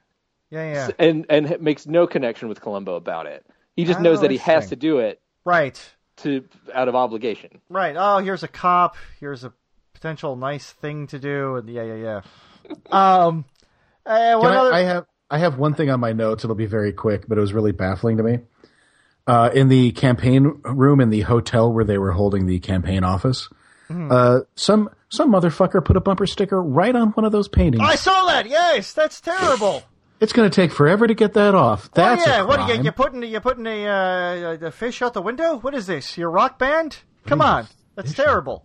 Yeah, yeah. and and makes no connection with Columbo about it. He just knows Oh, that he has interesting. to do it right. to out of obligation. Right. Oh, here's a cop. Here's a potential nice thing to do. And yeah, yeah, yeah. Um, eh, Can one I, other. I have I have one thing on my notes. It'll be very quick, but it was really baffling to me. Uh, in the campaign room in the hotel where they were holding the campaign office, Mm-hmm. uh, some some motherfucker put a bumper sticker right on one of those paintings. I saw that. Yes, that's terrible. it's going to take forever to get that off. That's oh, yeah. a What are you? crime. You're putting you're putting a uh, the fish out the window. What is this? Your rock band? Come on, that's terrible.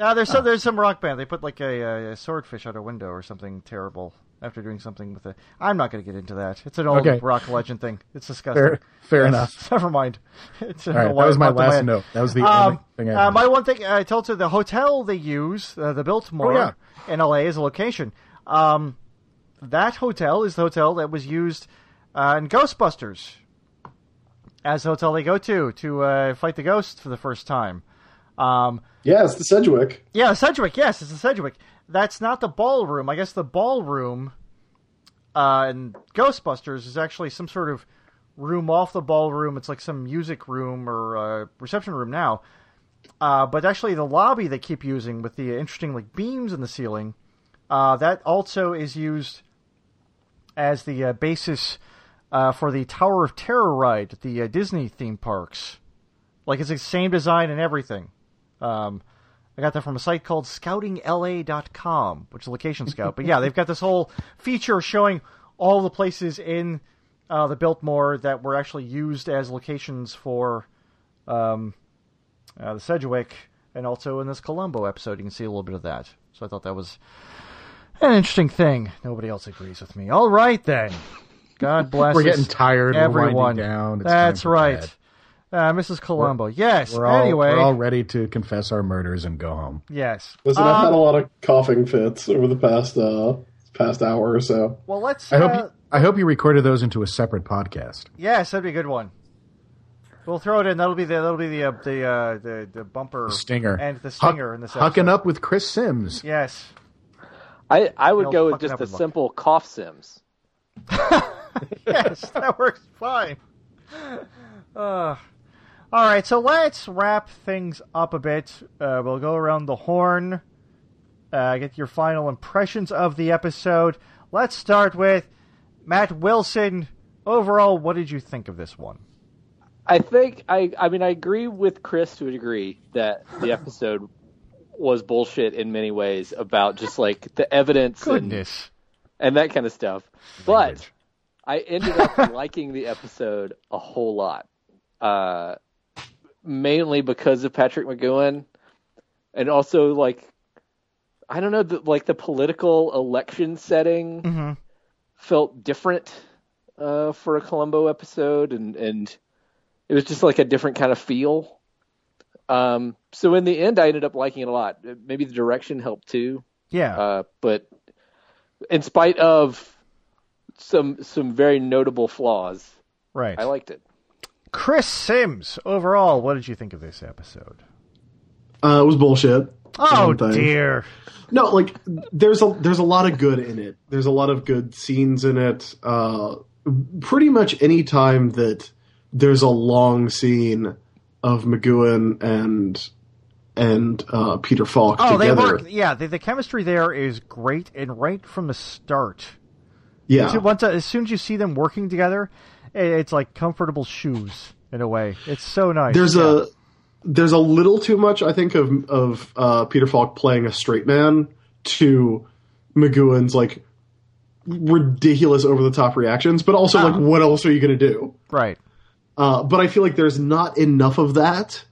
Uh, there's Ah. some, there's some rock band. They put like a, a swordfish out a window or something terrible after doing something with it. I'm not going to get into that. It's an old Okay. rock legend thing. It's disgusting. Fair, fair enough. Never mind. It's All right, that was my last note. That was the only Um, thing I. uh, my one thing I told you the hotel they use, uh, the Biltmore Oh, yeah. in LA, is a location. Um, that hotel is the hotel that was used uh, in Ghostbusters as the hotel they go to to uh, fight the ghost for the first time. Um, Yeah, it's the Sedgwick. yeah, Sedgwick. Yes, it's the Sedgwick. That's not the ballroom. I guess the ballroom uh, in Ghostbusters is actually some sort of room off the ballroom. It's like some music room or uh, reception room now. Uh, but actually, the lobby they keep using with the interesting like beams in the ceiling, uh, that also is used as the uh, basis uh, for the Tower of Terror ride at the uh, Disney theme parks. Like it's the same design and everything. Um, I got that from a site called scoutingla.com, which is a location scout. But yeah, they've got this whole feature showing all the places in uh, the Biltmore that were actually used as locations for um, uh, the Sedgwick, and also in this Columbo episode, you can see a little bit of that. So I thought that was an interesting thing. Nobody else agrees with me. All right then. God bless. we're us, getting tired. We're everyone. winding down. It's That's time for right. bed. Uh, Mrs. Columbo. yes. We're all, anyway. we're all ready to confess our murders and go home. Yes. Listen, Um, I've had a lot of coughing fits over the past uh, past hour or so. Well, let's. I hope uh, you, I hope you recorded those into a separate podcast. Yes, that'd be a good one. We'll throw it in. That'll be the that'll be the uh, the, uh, the the bumper The stinger and the Huck- stinger in this episode. Hucking up with Chris Sims. Yes. I I They'll would go with fuck it up just a with luck. simple cough sims. yes, that works fine. Uh, all right, so let's wrap things up a bit. Uh, we'll go around the horn, uh, get your final impressions of the episode. Let's start with Matt Wilson. Overall, what did you think of this one? I think I I mean I agree with Chris to a degree that the episode was bullshit in many ways about just like the evidence and, Goodness. and that kind of stuff. But I ended up liking the episode a whole lot. Uh mainly because of Patrick McGowan and also like I don't know the, like the political election setting hmm felt different uh, for a Columbo episode, and and it was just like a different kind of feel. Um, so in the end, I ended up liking it a lot. Maybe the direction helped too, Yeah. uh, but in spite of some some very notable flaws, right. I liked it. Chris Sims, overall, what did you think of this episode? Uh, it was bullshit. Oh Same thing. dear. No, like there's a there's a lot of good in it. There's a lot of good scenes in it. Uh, pretty much any time that there's a long scene of McGowan and and uh, Peter Falk Oh, they together. work. Yeah, the, the chemistry there is great, and right from the start, Yeah, So once uh, as soon as you see them working together, i- it's like comfortable shoes in a way. It's so nice. there's Yeah. a there's a little too much I think of of uh, Peter Falk playing a straight man to McGowan's like ridiculous over the top reactions, but also like what else are you going to do? Right. Uh, but I feel like there's not enough of that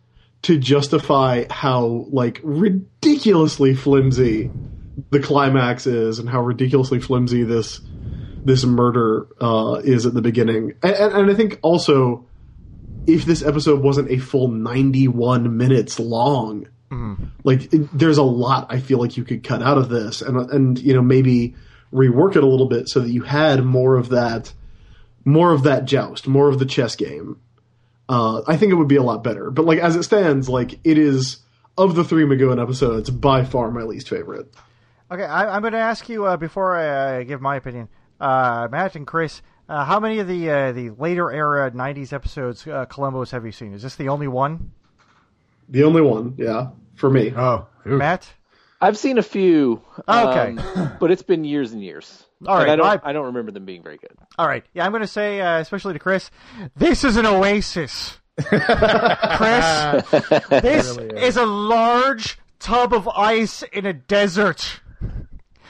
to justify how like ridiculously flimsy the climax is, and how ridiculously flimsy this this murder uh, is at the beginning. And, and, and I think also, if this episode wasn't a full 91 minutes long, like it, there's a lot I feel like you could cut out of this, and and you know maybe rework it a little bit so that you had more of that more of that joust, more of the chess game. Uh, I think it would be a lot better. But like as it stands, like it is of the three McGowan episodes, by far my least favorite. Okay, I, I'm going to ask you uh, before I uh, give my opinion, uh, Matt and Chris. Uh, how many of the uh, the later era '90s episodes uh, Columbus have you seen? Is this the only one, The only one, yeah, for me. Uh, Oh, ooh. Matt? I've seen a few. Oh, Okay. um, but it's been years and years. All And right, I don't. I- I don't remember them being very good. All right, yeah, I'm going to say, uh, especially to Chris, this is an oasis. Chris, this is a large tub of ice in a desert.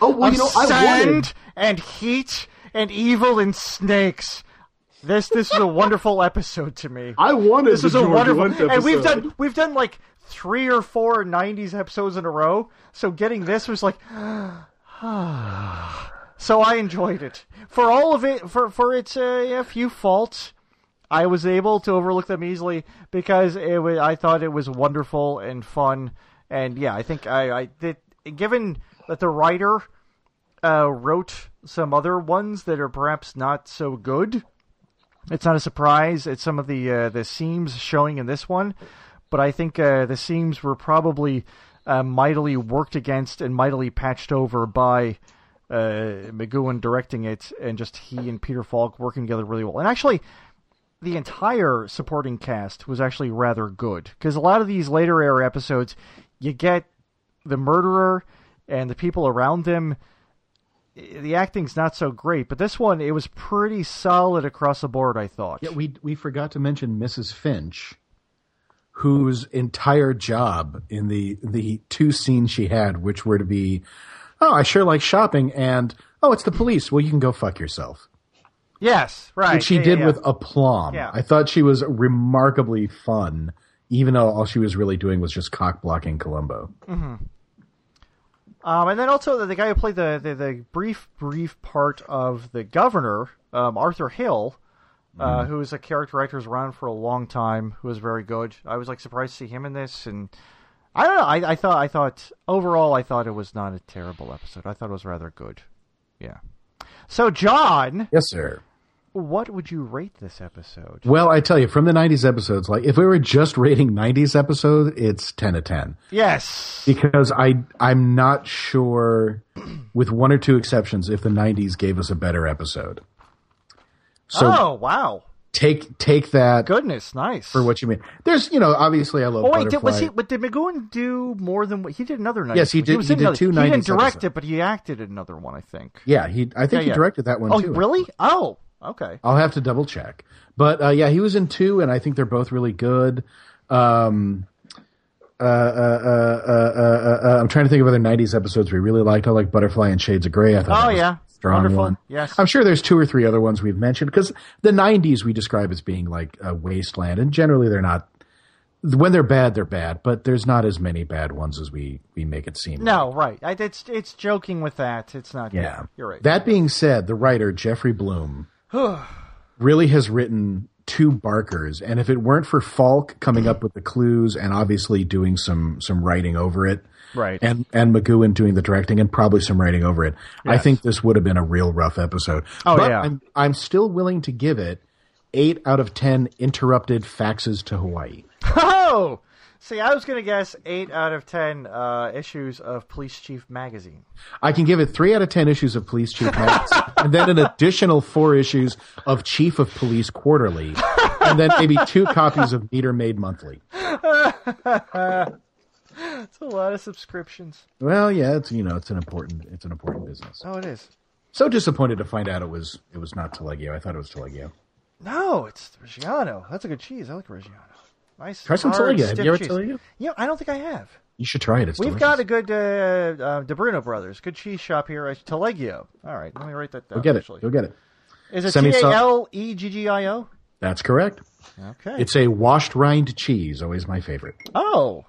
Oh well, you know I sand wanted. and heat and evil and snakes. This this is a wonderful episode to me. I wanted This the is a George wonderful, Wendt episode. and we've done we've done like three or four '90s episodes in a row. So getting this was like, so I enjoyed it for all of it for for its uh, yeah, few faults. I was able to overlook them easily because it was, I thought it was wonderful and fun, and yeah, I think I, I did. Given that the writer uh, wrote some other ones that are perhaps not so good, it's not a surprise at some of the uh, the seams showing in this one, but I think uh, the seams were probably uh, mightily worked against and mightily patched over by uh, McGowan directing it, and just he and Peter Falk working together really well. And actually, the entire supporting cast was actually rather good because a lot of these later era episodes, you get the murderer and the people around them the acting's not so great, but this one it was pretty solid across the board. I thought. Yeah, we we forgot to mention Mrs. Finch, whose entire job in the the two scenes she had, which were to be, oh, I sure like shopping, and oh, it's the police. Well, you can go fuck yourself. yes, right. Which she yeah, did yeah, with yeah. aplomb. Yeah. I thought she was remarkably fun, even though all she was really doing was just cock blocking Columbo. Um, and then also the, the guy who played the, the, the brief brief part of the governor, um, Arthur Hill, uh, who is a character actor's around for a long time, who was very good. I was like surprised to see him in this, and I don't know. I, I thought I thought overall I thought it was not a terrible episode. I thought it was rather good. Yeah. So John, Yes, sir. what would you rate this episode? Well, I tell you, from the '90s episodes, like if we were just rating '90s episode, it's ten to ten. Yes. because I I'm not sure, with one or two exceptions, if the '90s gave us a better episode. So oh wow. take take that Goodness, nice. for what you mean. There's you know obviously I love Oh wait, Butterfly. did, was he? But did McGowan do more than what he did? Another night. Yes, he did- was he in did another- two He didn't 90s direct episodes. it, but he acted in another one. I think. yeah, he I think Yeah, he yeah. directed that one Oh, too. really? Oh, okay. I'll have to double check. But uh, yeah, he was in two, and I think they're both really good. Um, uh, uh, uh, uh, uh, uh, I'm trying to think of other '90s episodes we really liked. I like Butterfly and Shades of Grey. I thought that Oh was yeah, a strong wonderful. one. Yes. I'm sure there's two or three other ones we've mentioned because the 90s we describe as being like a wasteland, and generally they're not. When they're bad, they're bad, but there's not as many bad ones as we we make it seem. no, right. I, it's it's joking with that. It's not. yeah, you're right. That being said, the writer Jeffrey Bloom really has written two Barkers, and if it weren't for Falk coming up with the clues and obviously doing some some writing over it, right. and and McGowan doing the directing and probably some writing over it. I think this would have been a real rough episode. Oh, but yeah. I'm I'm still willing to give it eight out of ten interrupted faxes to Hawaii. oh, see, I was gonna guess eight out of ten uh, issues of Police Chief magazine. I can give it three out of ten issues of Police Chief Max, and then an additional four issues of Chief of Police Quarterly, and then maybe two copies of Meter Maid Monthly. That's a lot of subscriptions. Well, yeah, it's you know it's an important it's an important business. Oh, it is. So disappointed to find out it was it was not Taleggio. I thought it was Taleggio. No, it's Reggiano. That's a good cheese. I like Reggiano. Nice. Try some hard, Taleggio. Have stiff you ever cheese. Taleggio? Yeah, I don't think I have. You should try it. It's We've delicious. got a good uh, uh, De Bruno Brothers, good cheese shop here at Taleggio. All right, let me write that down. Go get it. actually. Go get it. Is it Send T me some- A L E G G I O? That's correct. Okay. It's a washed rind cheese, always my favorite. oh,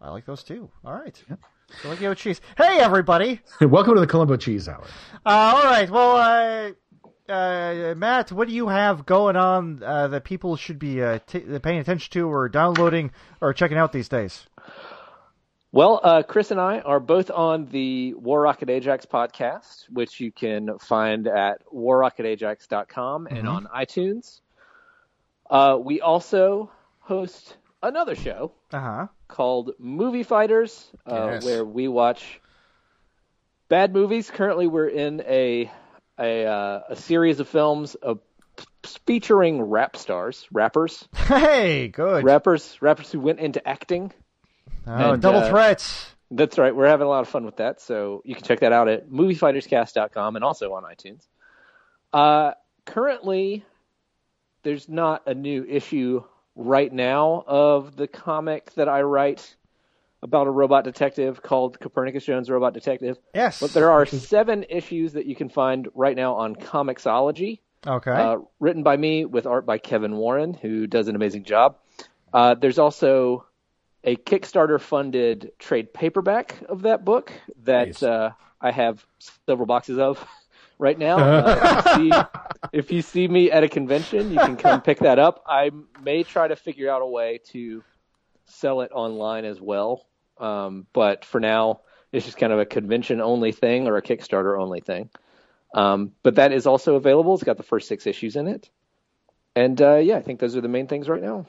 I like those too. All right. Taleggio cheese. Hey, everybody. Welcome to the Colombo Cheese Hour. Uh, all right. Well, uh, uh, Matt, what do you have going on uh, that people should be uh, t- paying attention to, or downloading, or checking out these days? Well, uh, Chris and I are both on the War Rocket Ajax podcast, which you can find at warrocketajax.com Mm-hmm. and on iTunes. Uh, we also host another show Uh huh. called Movie Fighters, uh, Yes. where we watch bad movies. Currently, we're in a a, uh, a series of films of featuring rap stars, rappers, Hey, good. rappers, rappers who went into acting. Oh, and, double uh, threats. That's right. We're having a lot of fun with that. So you can check that out at moviefighterscast.com and also on iTunes. Uh, currently, there's not a new issue right now of the comic that I write about a robot detective called Copernicus Jones Robot Detective. Yes. But there are seven issues that you can find right now on Comixology Okay. uh, written by me with art by Kevin Warren, who does an amazing job. Uh, there's also a Kickstarter funded trade paperback of that book that Nice. uh, I have several boxes of right now. Uh, if, you see, if you see me at a convention, you can come pick that up. I may try to figure out a way to sell it online as well. Um, but for now, it's just kind of a convention only thing or a Kickstarter only thing. Um, but that is also available. It's got the first six issues in it. And uh, yeah, I think those are the main things right now.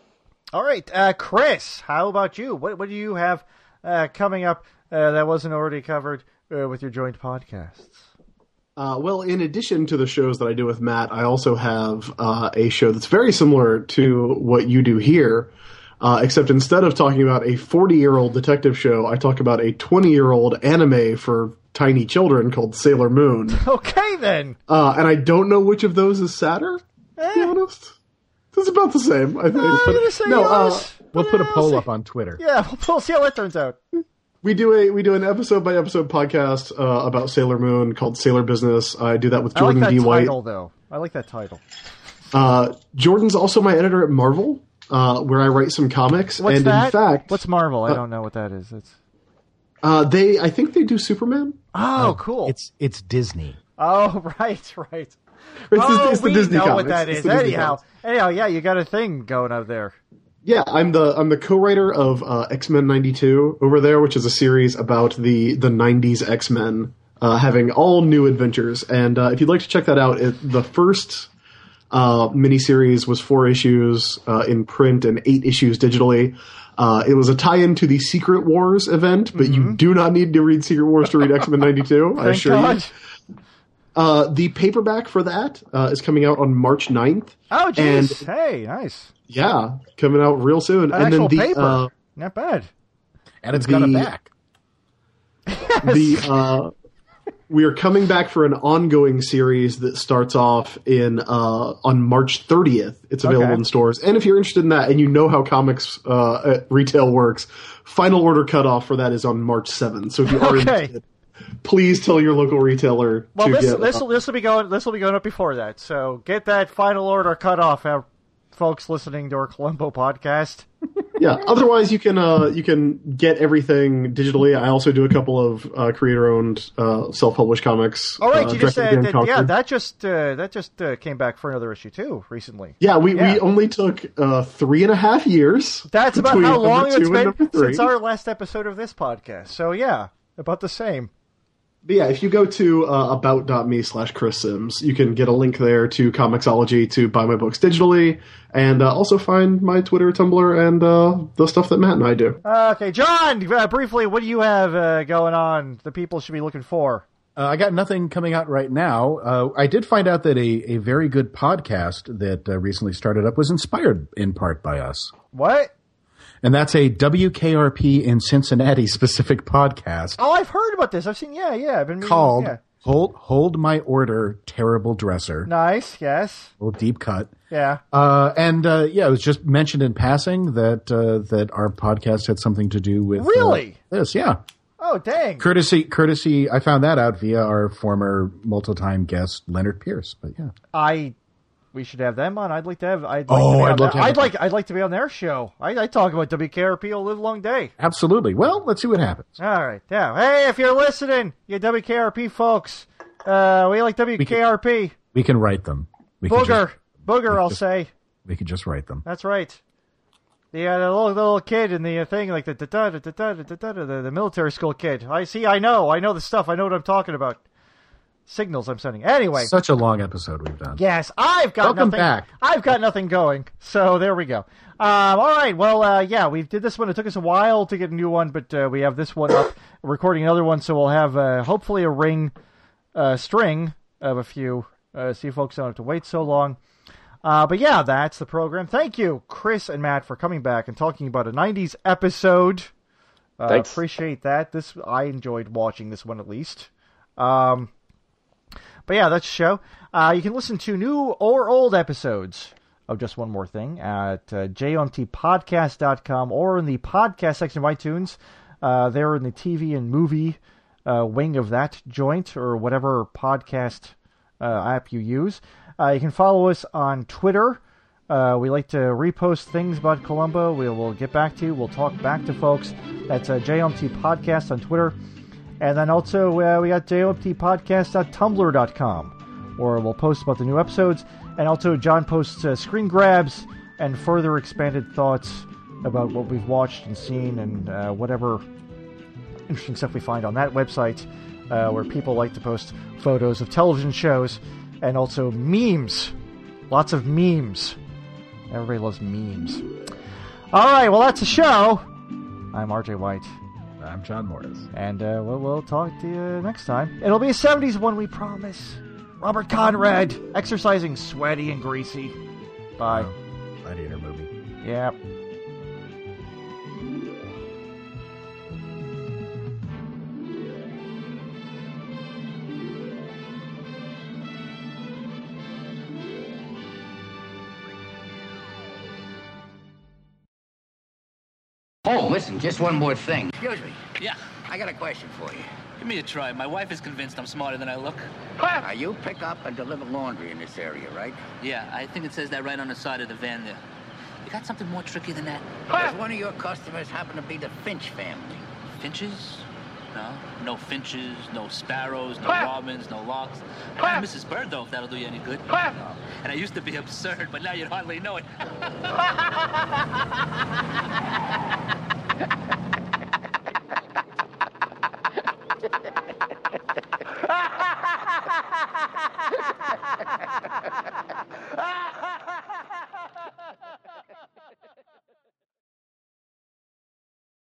All right, uh, Chris, how about you? What what do you have uh, coming up uh, that wasn't already covered uh, with your joint podcasts? Uh, well, in addition to the shows that I do with Matt, I also have uh, a show that's very similar to what you do here, uh, except instead of talking about a 40 year old detective show, I talk about a 20 year old anime for tiny children called Sailor Moon. Okay, then. Uh, and I don't know which of those is sadder, to Eh. be honest. It's about the same, I think. I'm But- gonna say no, uh, yours. We'll put a Yeah, poll we'll up on Twitter. see- Yeah, we'll, we'll see how that turns out. we do a we do an episode by episode podcast uh, about Sailor Moon called Sailor Business. I do that with I like Jordan that D. White. title, though. I like that title. Uh, Jordan's also my editor at Marvel, uh, where I write some comics. What's and that? in fact, What's Marvel? I don't know what that is. It's uh, they I think they do Superman. oh, cool. It's it's Disney. oh, right, right. It's, the- oh, it's the we Disney know comics. what that It's is. the Disney Anyhow, comics. anyhow, yeah, you got a thing going up there. yeah, I'm the I'm the co-writer of uh, X Men '92 over there, which is a series about the the '90s X Men uh, having all new adventures. And uh, if you'd like to check that out, it, the first uh, miniseries was four issues uh, in print and eight issues digitally. Uh, it was a tie-in to the Secret Wars event, but you do not need to read Secret Wars to read X Men Mm-hmm. '92. I Thank assure God. you. Uh, the paperback for that uh, is coming out on March 9th. Oh, jeez. And- Hey, nice. Yeah, coming out real soon. An and then actual the paper. uh, Not bad. And it's got a The- back. the uh, we are coming back for an ongoing series that starts off in uh, on March 30th. It's available Okay. in stores, and if you're interested in that and you know how comics uh, at retail works, final order cutoff for that is on March 7th. So if you are Okay. interested, please tell your local retailer Well, to this get. uh, this this will be going this will be going up before that. So get that final order cut off, uh, folks listening to our Columbo podcast. yeah. Otherwise, you can uh, you can get everything digitally. I also do a couple of uh, creator owned uh, self published comics. All right, uh, Oh, you just directly said on that, Concord. yeah, that just uh, that just uh, came back for another issue too recently. Yeah, we, Yeah. we only took uh, three and a half years. That's about between how number long two it's and been number three. since our last episode of this podcast. So yeah, about the same. But yeah, if you go to uh, about.me slash Chris Sims, you can get a link there to Comixology to buy my books digitally, and uh, also find my Twitter, Tumblr, and uh, the stuff that Matt and I do. Uh, okay, John, uh, briefly, what do you have uh, going on? The people should be looking for. Uh, I got nothing coming out right now. Uh, I did find out that a, a very good podcast that uh, recently started up was inspired in part by us. What? And that's a WKRP in Cincinnati specific podcast Oh, I've heard about this. I've seen. Yeah, yeah. I've been reading- called Oh, yeah. Hold Hold My Order Terrible Dresser. Nice. Yes. little deep cut. Yeah. Uh, and uh, yeah, it was just mentioned in passing that uh, that our podcast had something to do with uh, Really? this. Yeah, Oh, dang. courtesy, courtesy. I found that out via our former multi-time guest Leonard Pierce. But yeah, I. We should have them on. I'd like to have. I'd like Oh, to be I'd love on their- to have I'd them. like. I'd like to be on their show. I, I talk about WKRP all live long day. absolutely. Well, let's see what happens. All right. Yeah. Hey, if you're listening, you WKRP folks, uh, we like WKRP. We can write them. We Can Booger. just, Booger, I'll just- say. we can just write them. That's right. Yeah, the little, the little kid in the uh, thing, like the da da da da da da da da da, the military school kid. I see. I know. I know the stuff. I know what I'm talking about. Signals I'm sending. Anyway, Such a long episode we've done. yes, I've got Welcome nothing. back. I've got nothing going. So there we go. Um, all right. Well, uh, yeah, we did this one. It took us a while to get a new one, but uh, we have this one up. We're recording another one, so we'll have uh, hopefully a ring, uh, string of a few. Uh, so you folks don't have to wait so long. Uh, but yeah, that's the program. Thank you, Chris and Matt, for coming back and talking about a '90s episode. Uh, Thanks. Appreciate that. This I enjoyed watching this one at least. Um, but yeah, that's the show. Uh, you can listen to new or old episodes of Just One More Thing at uh, jomtpodcast.com or in the podcast section of iTunes. Uh, they're in the TV and movie uh, wing of that joint or whatever podcast uh, app you use. Uh, you can follow us on Twitter. Uh, we like to repost things about Colombo. We will get back to you. We'll talk back to folks. That's uh, JMT Podcast on Twitter. And then also, uh, we got jopodcast.tumblr.com, where we'll post about the new episodes. And also, John posts uh, screen grabs and further expanded thoughts about what we've watched and seen and uh, whatever interesting stuff we find on that website, uh, where people like to post photos of television shows and also memes. Lots of memes. Everybody loves memes. All right, well, that's the show. I'm RJ White. I'm John Morris. And uh, we'll, we'll talk to you next time. It'll be a 70s one, we promise. Robert Conrad, exercising sweaty and greasy. Bye. Gladiator movie. Yep. Oh, listen, just one more thing. Excuse me. Yeah, I got a question for you. give me a try. My wife is convinced I'm smarter than I look. Now, you pick up and deliver laundry in this area, right? Yeah, I think it says that right on the side of the van there. You got something more tricky than that? Does one of your customers happen to be the Finch family? Finches? No, no finches, no sparrows, no robins, no larks. I got Mrs. Bird though, if that'll do you any good. Oh, And I used to be absurd, but now you'd hardly know it.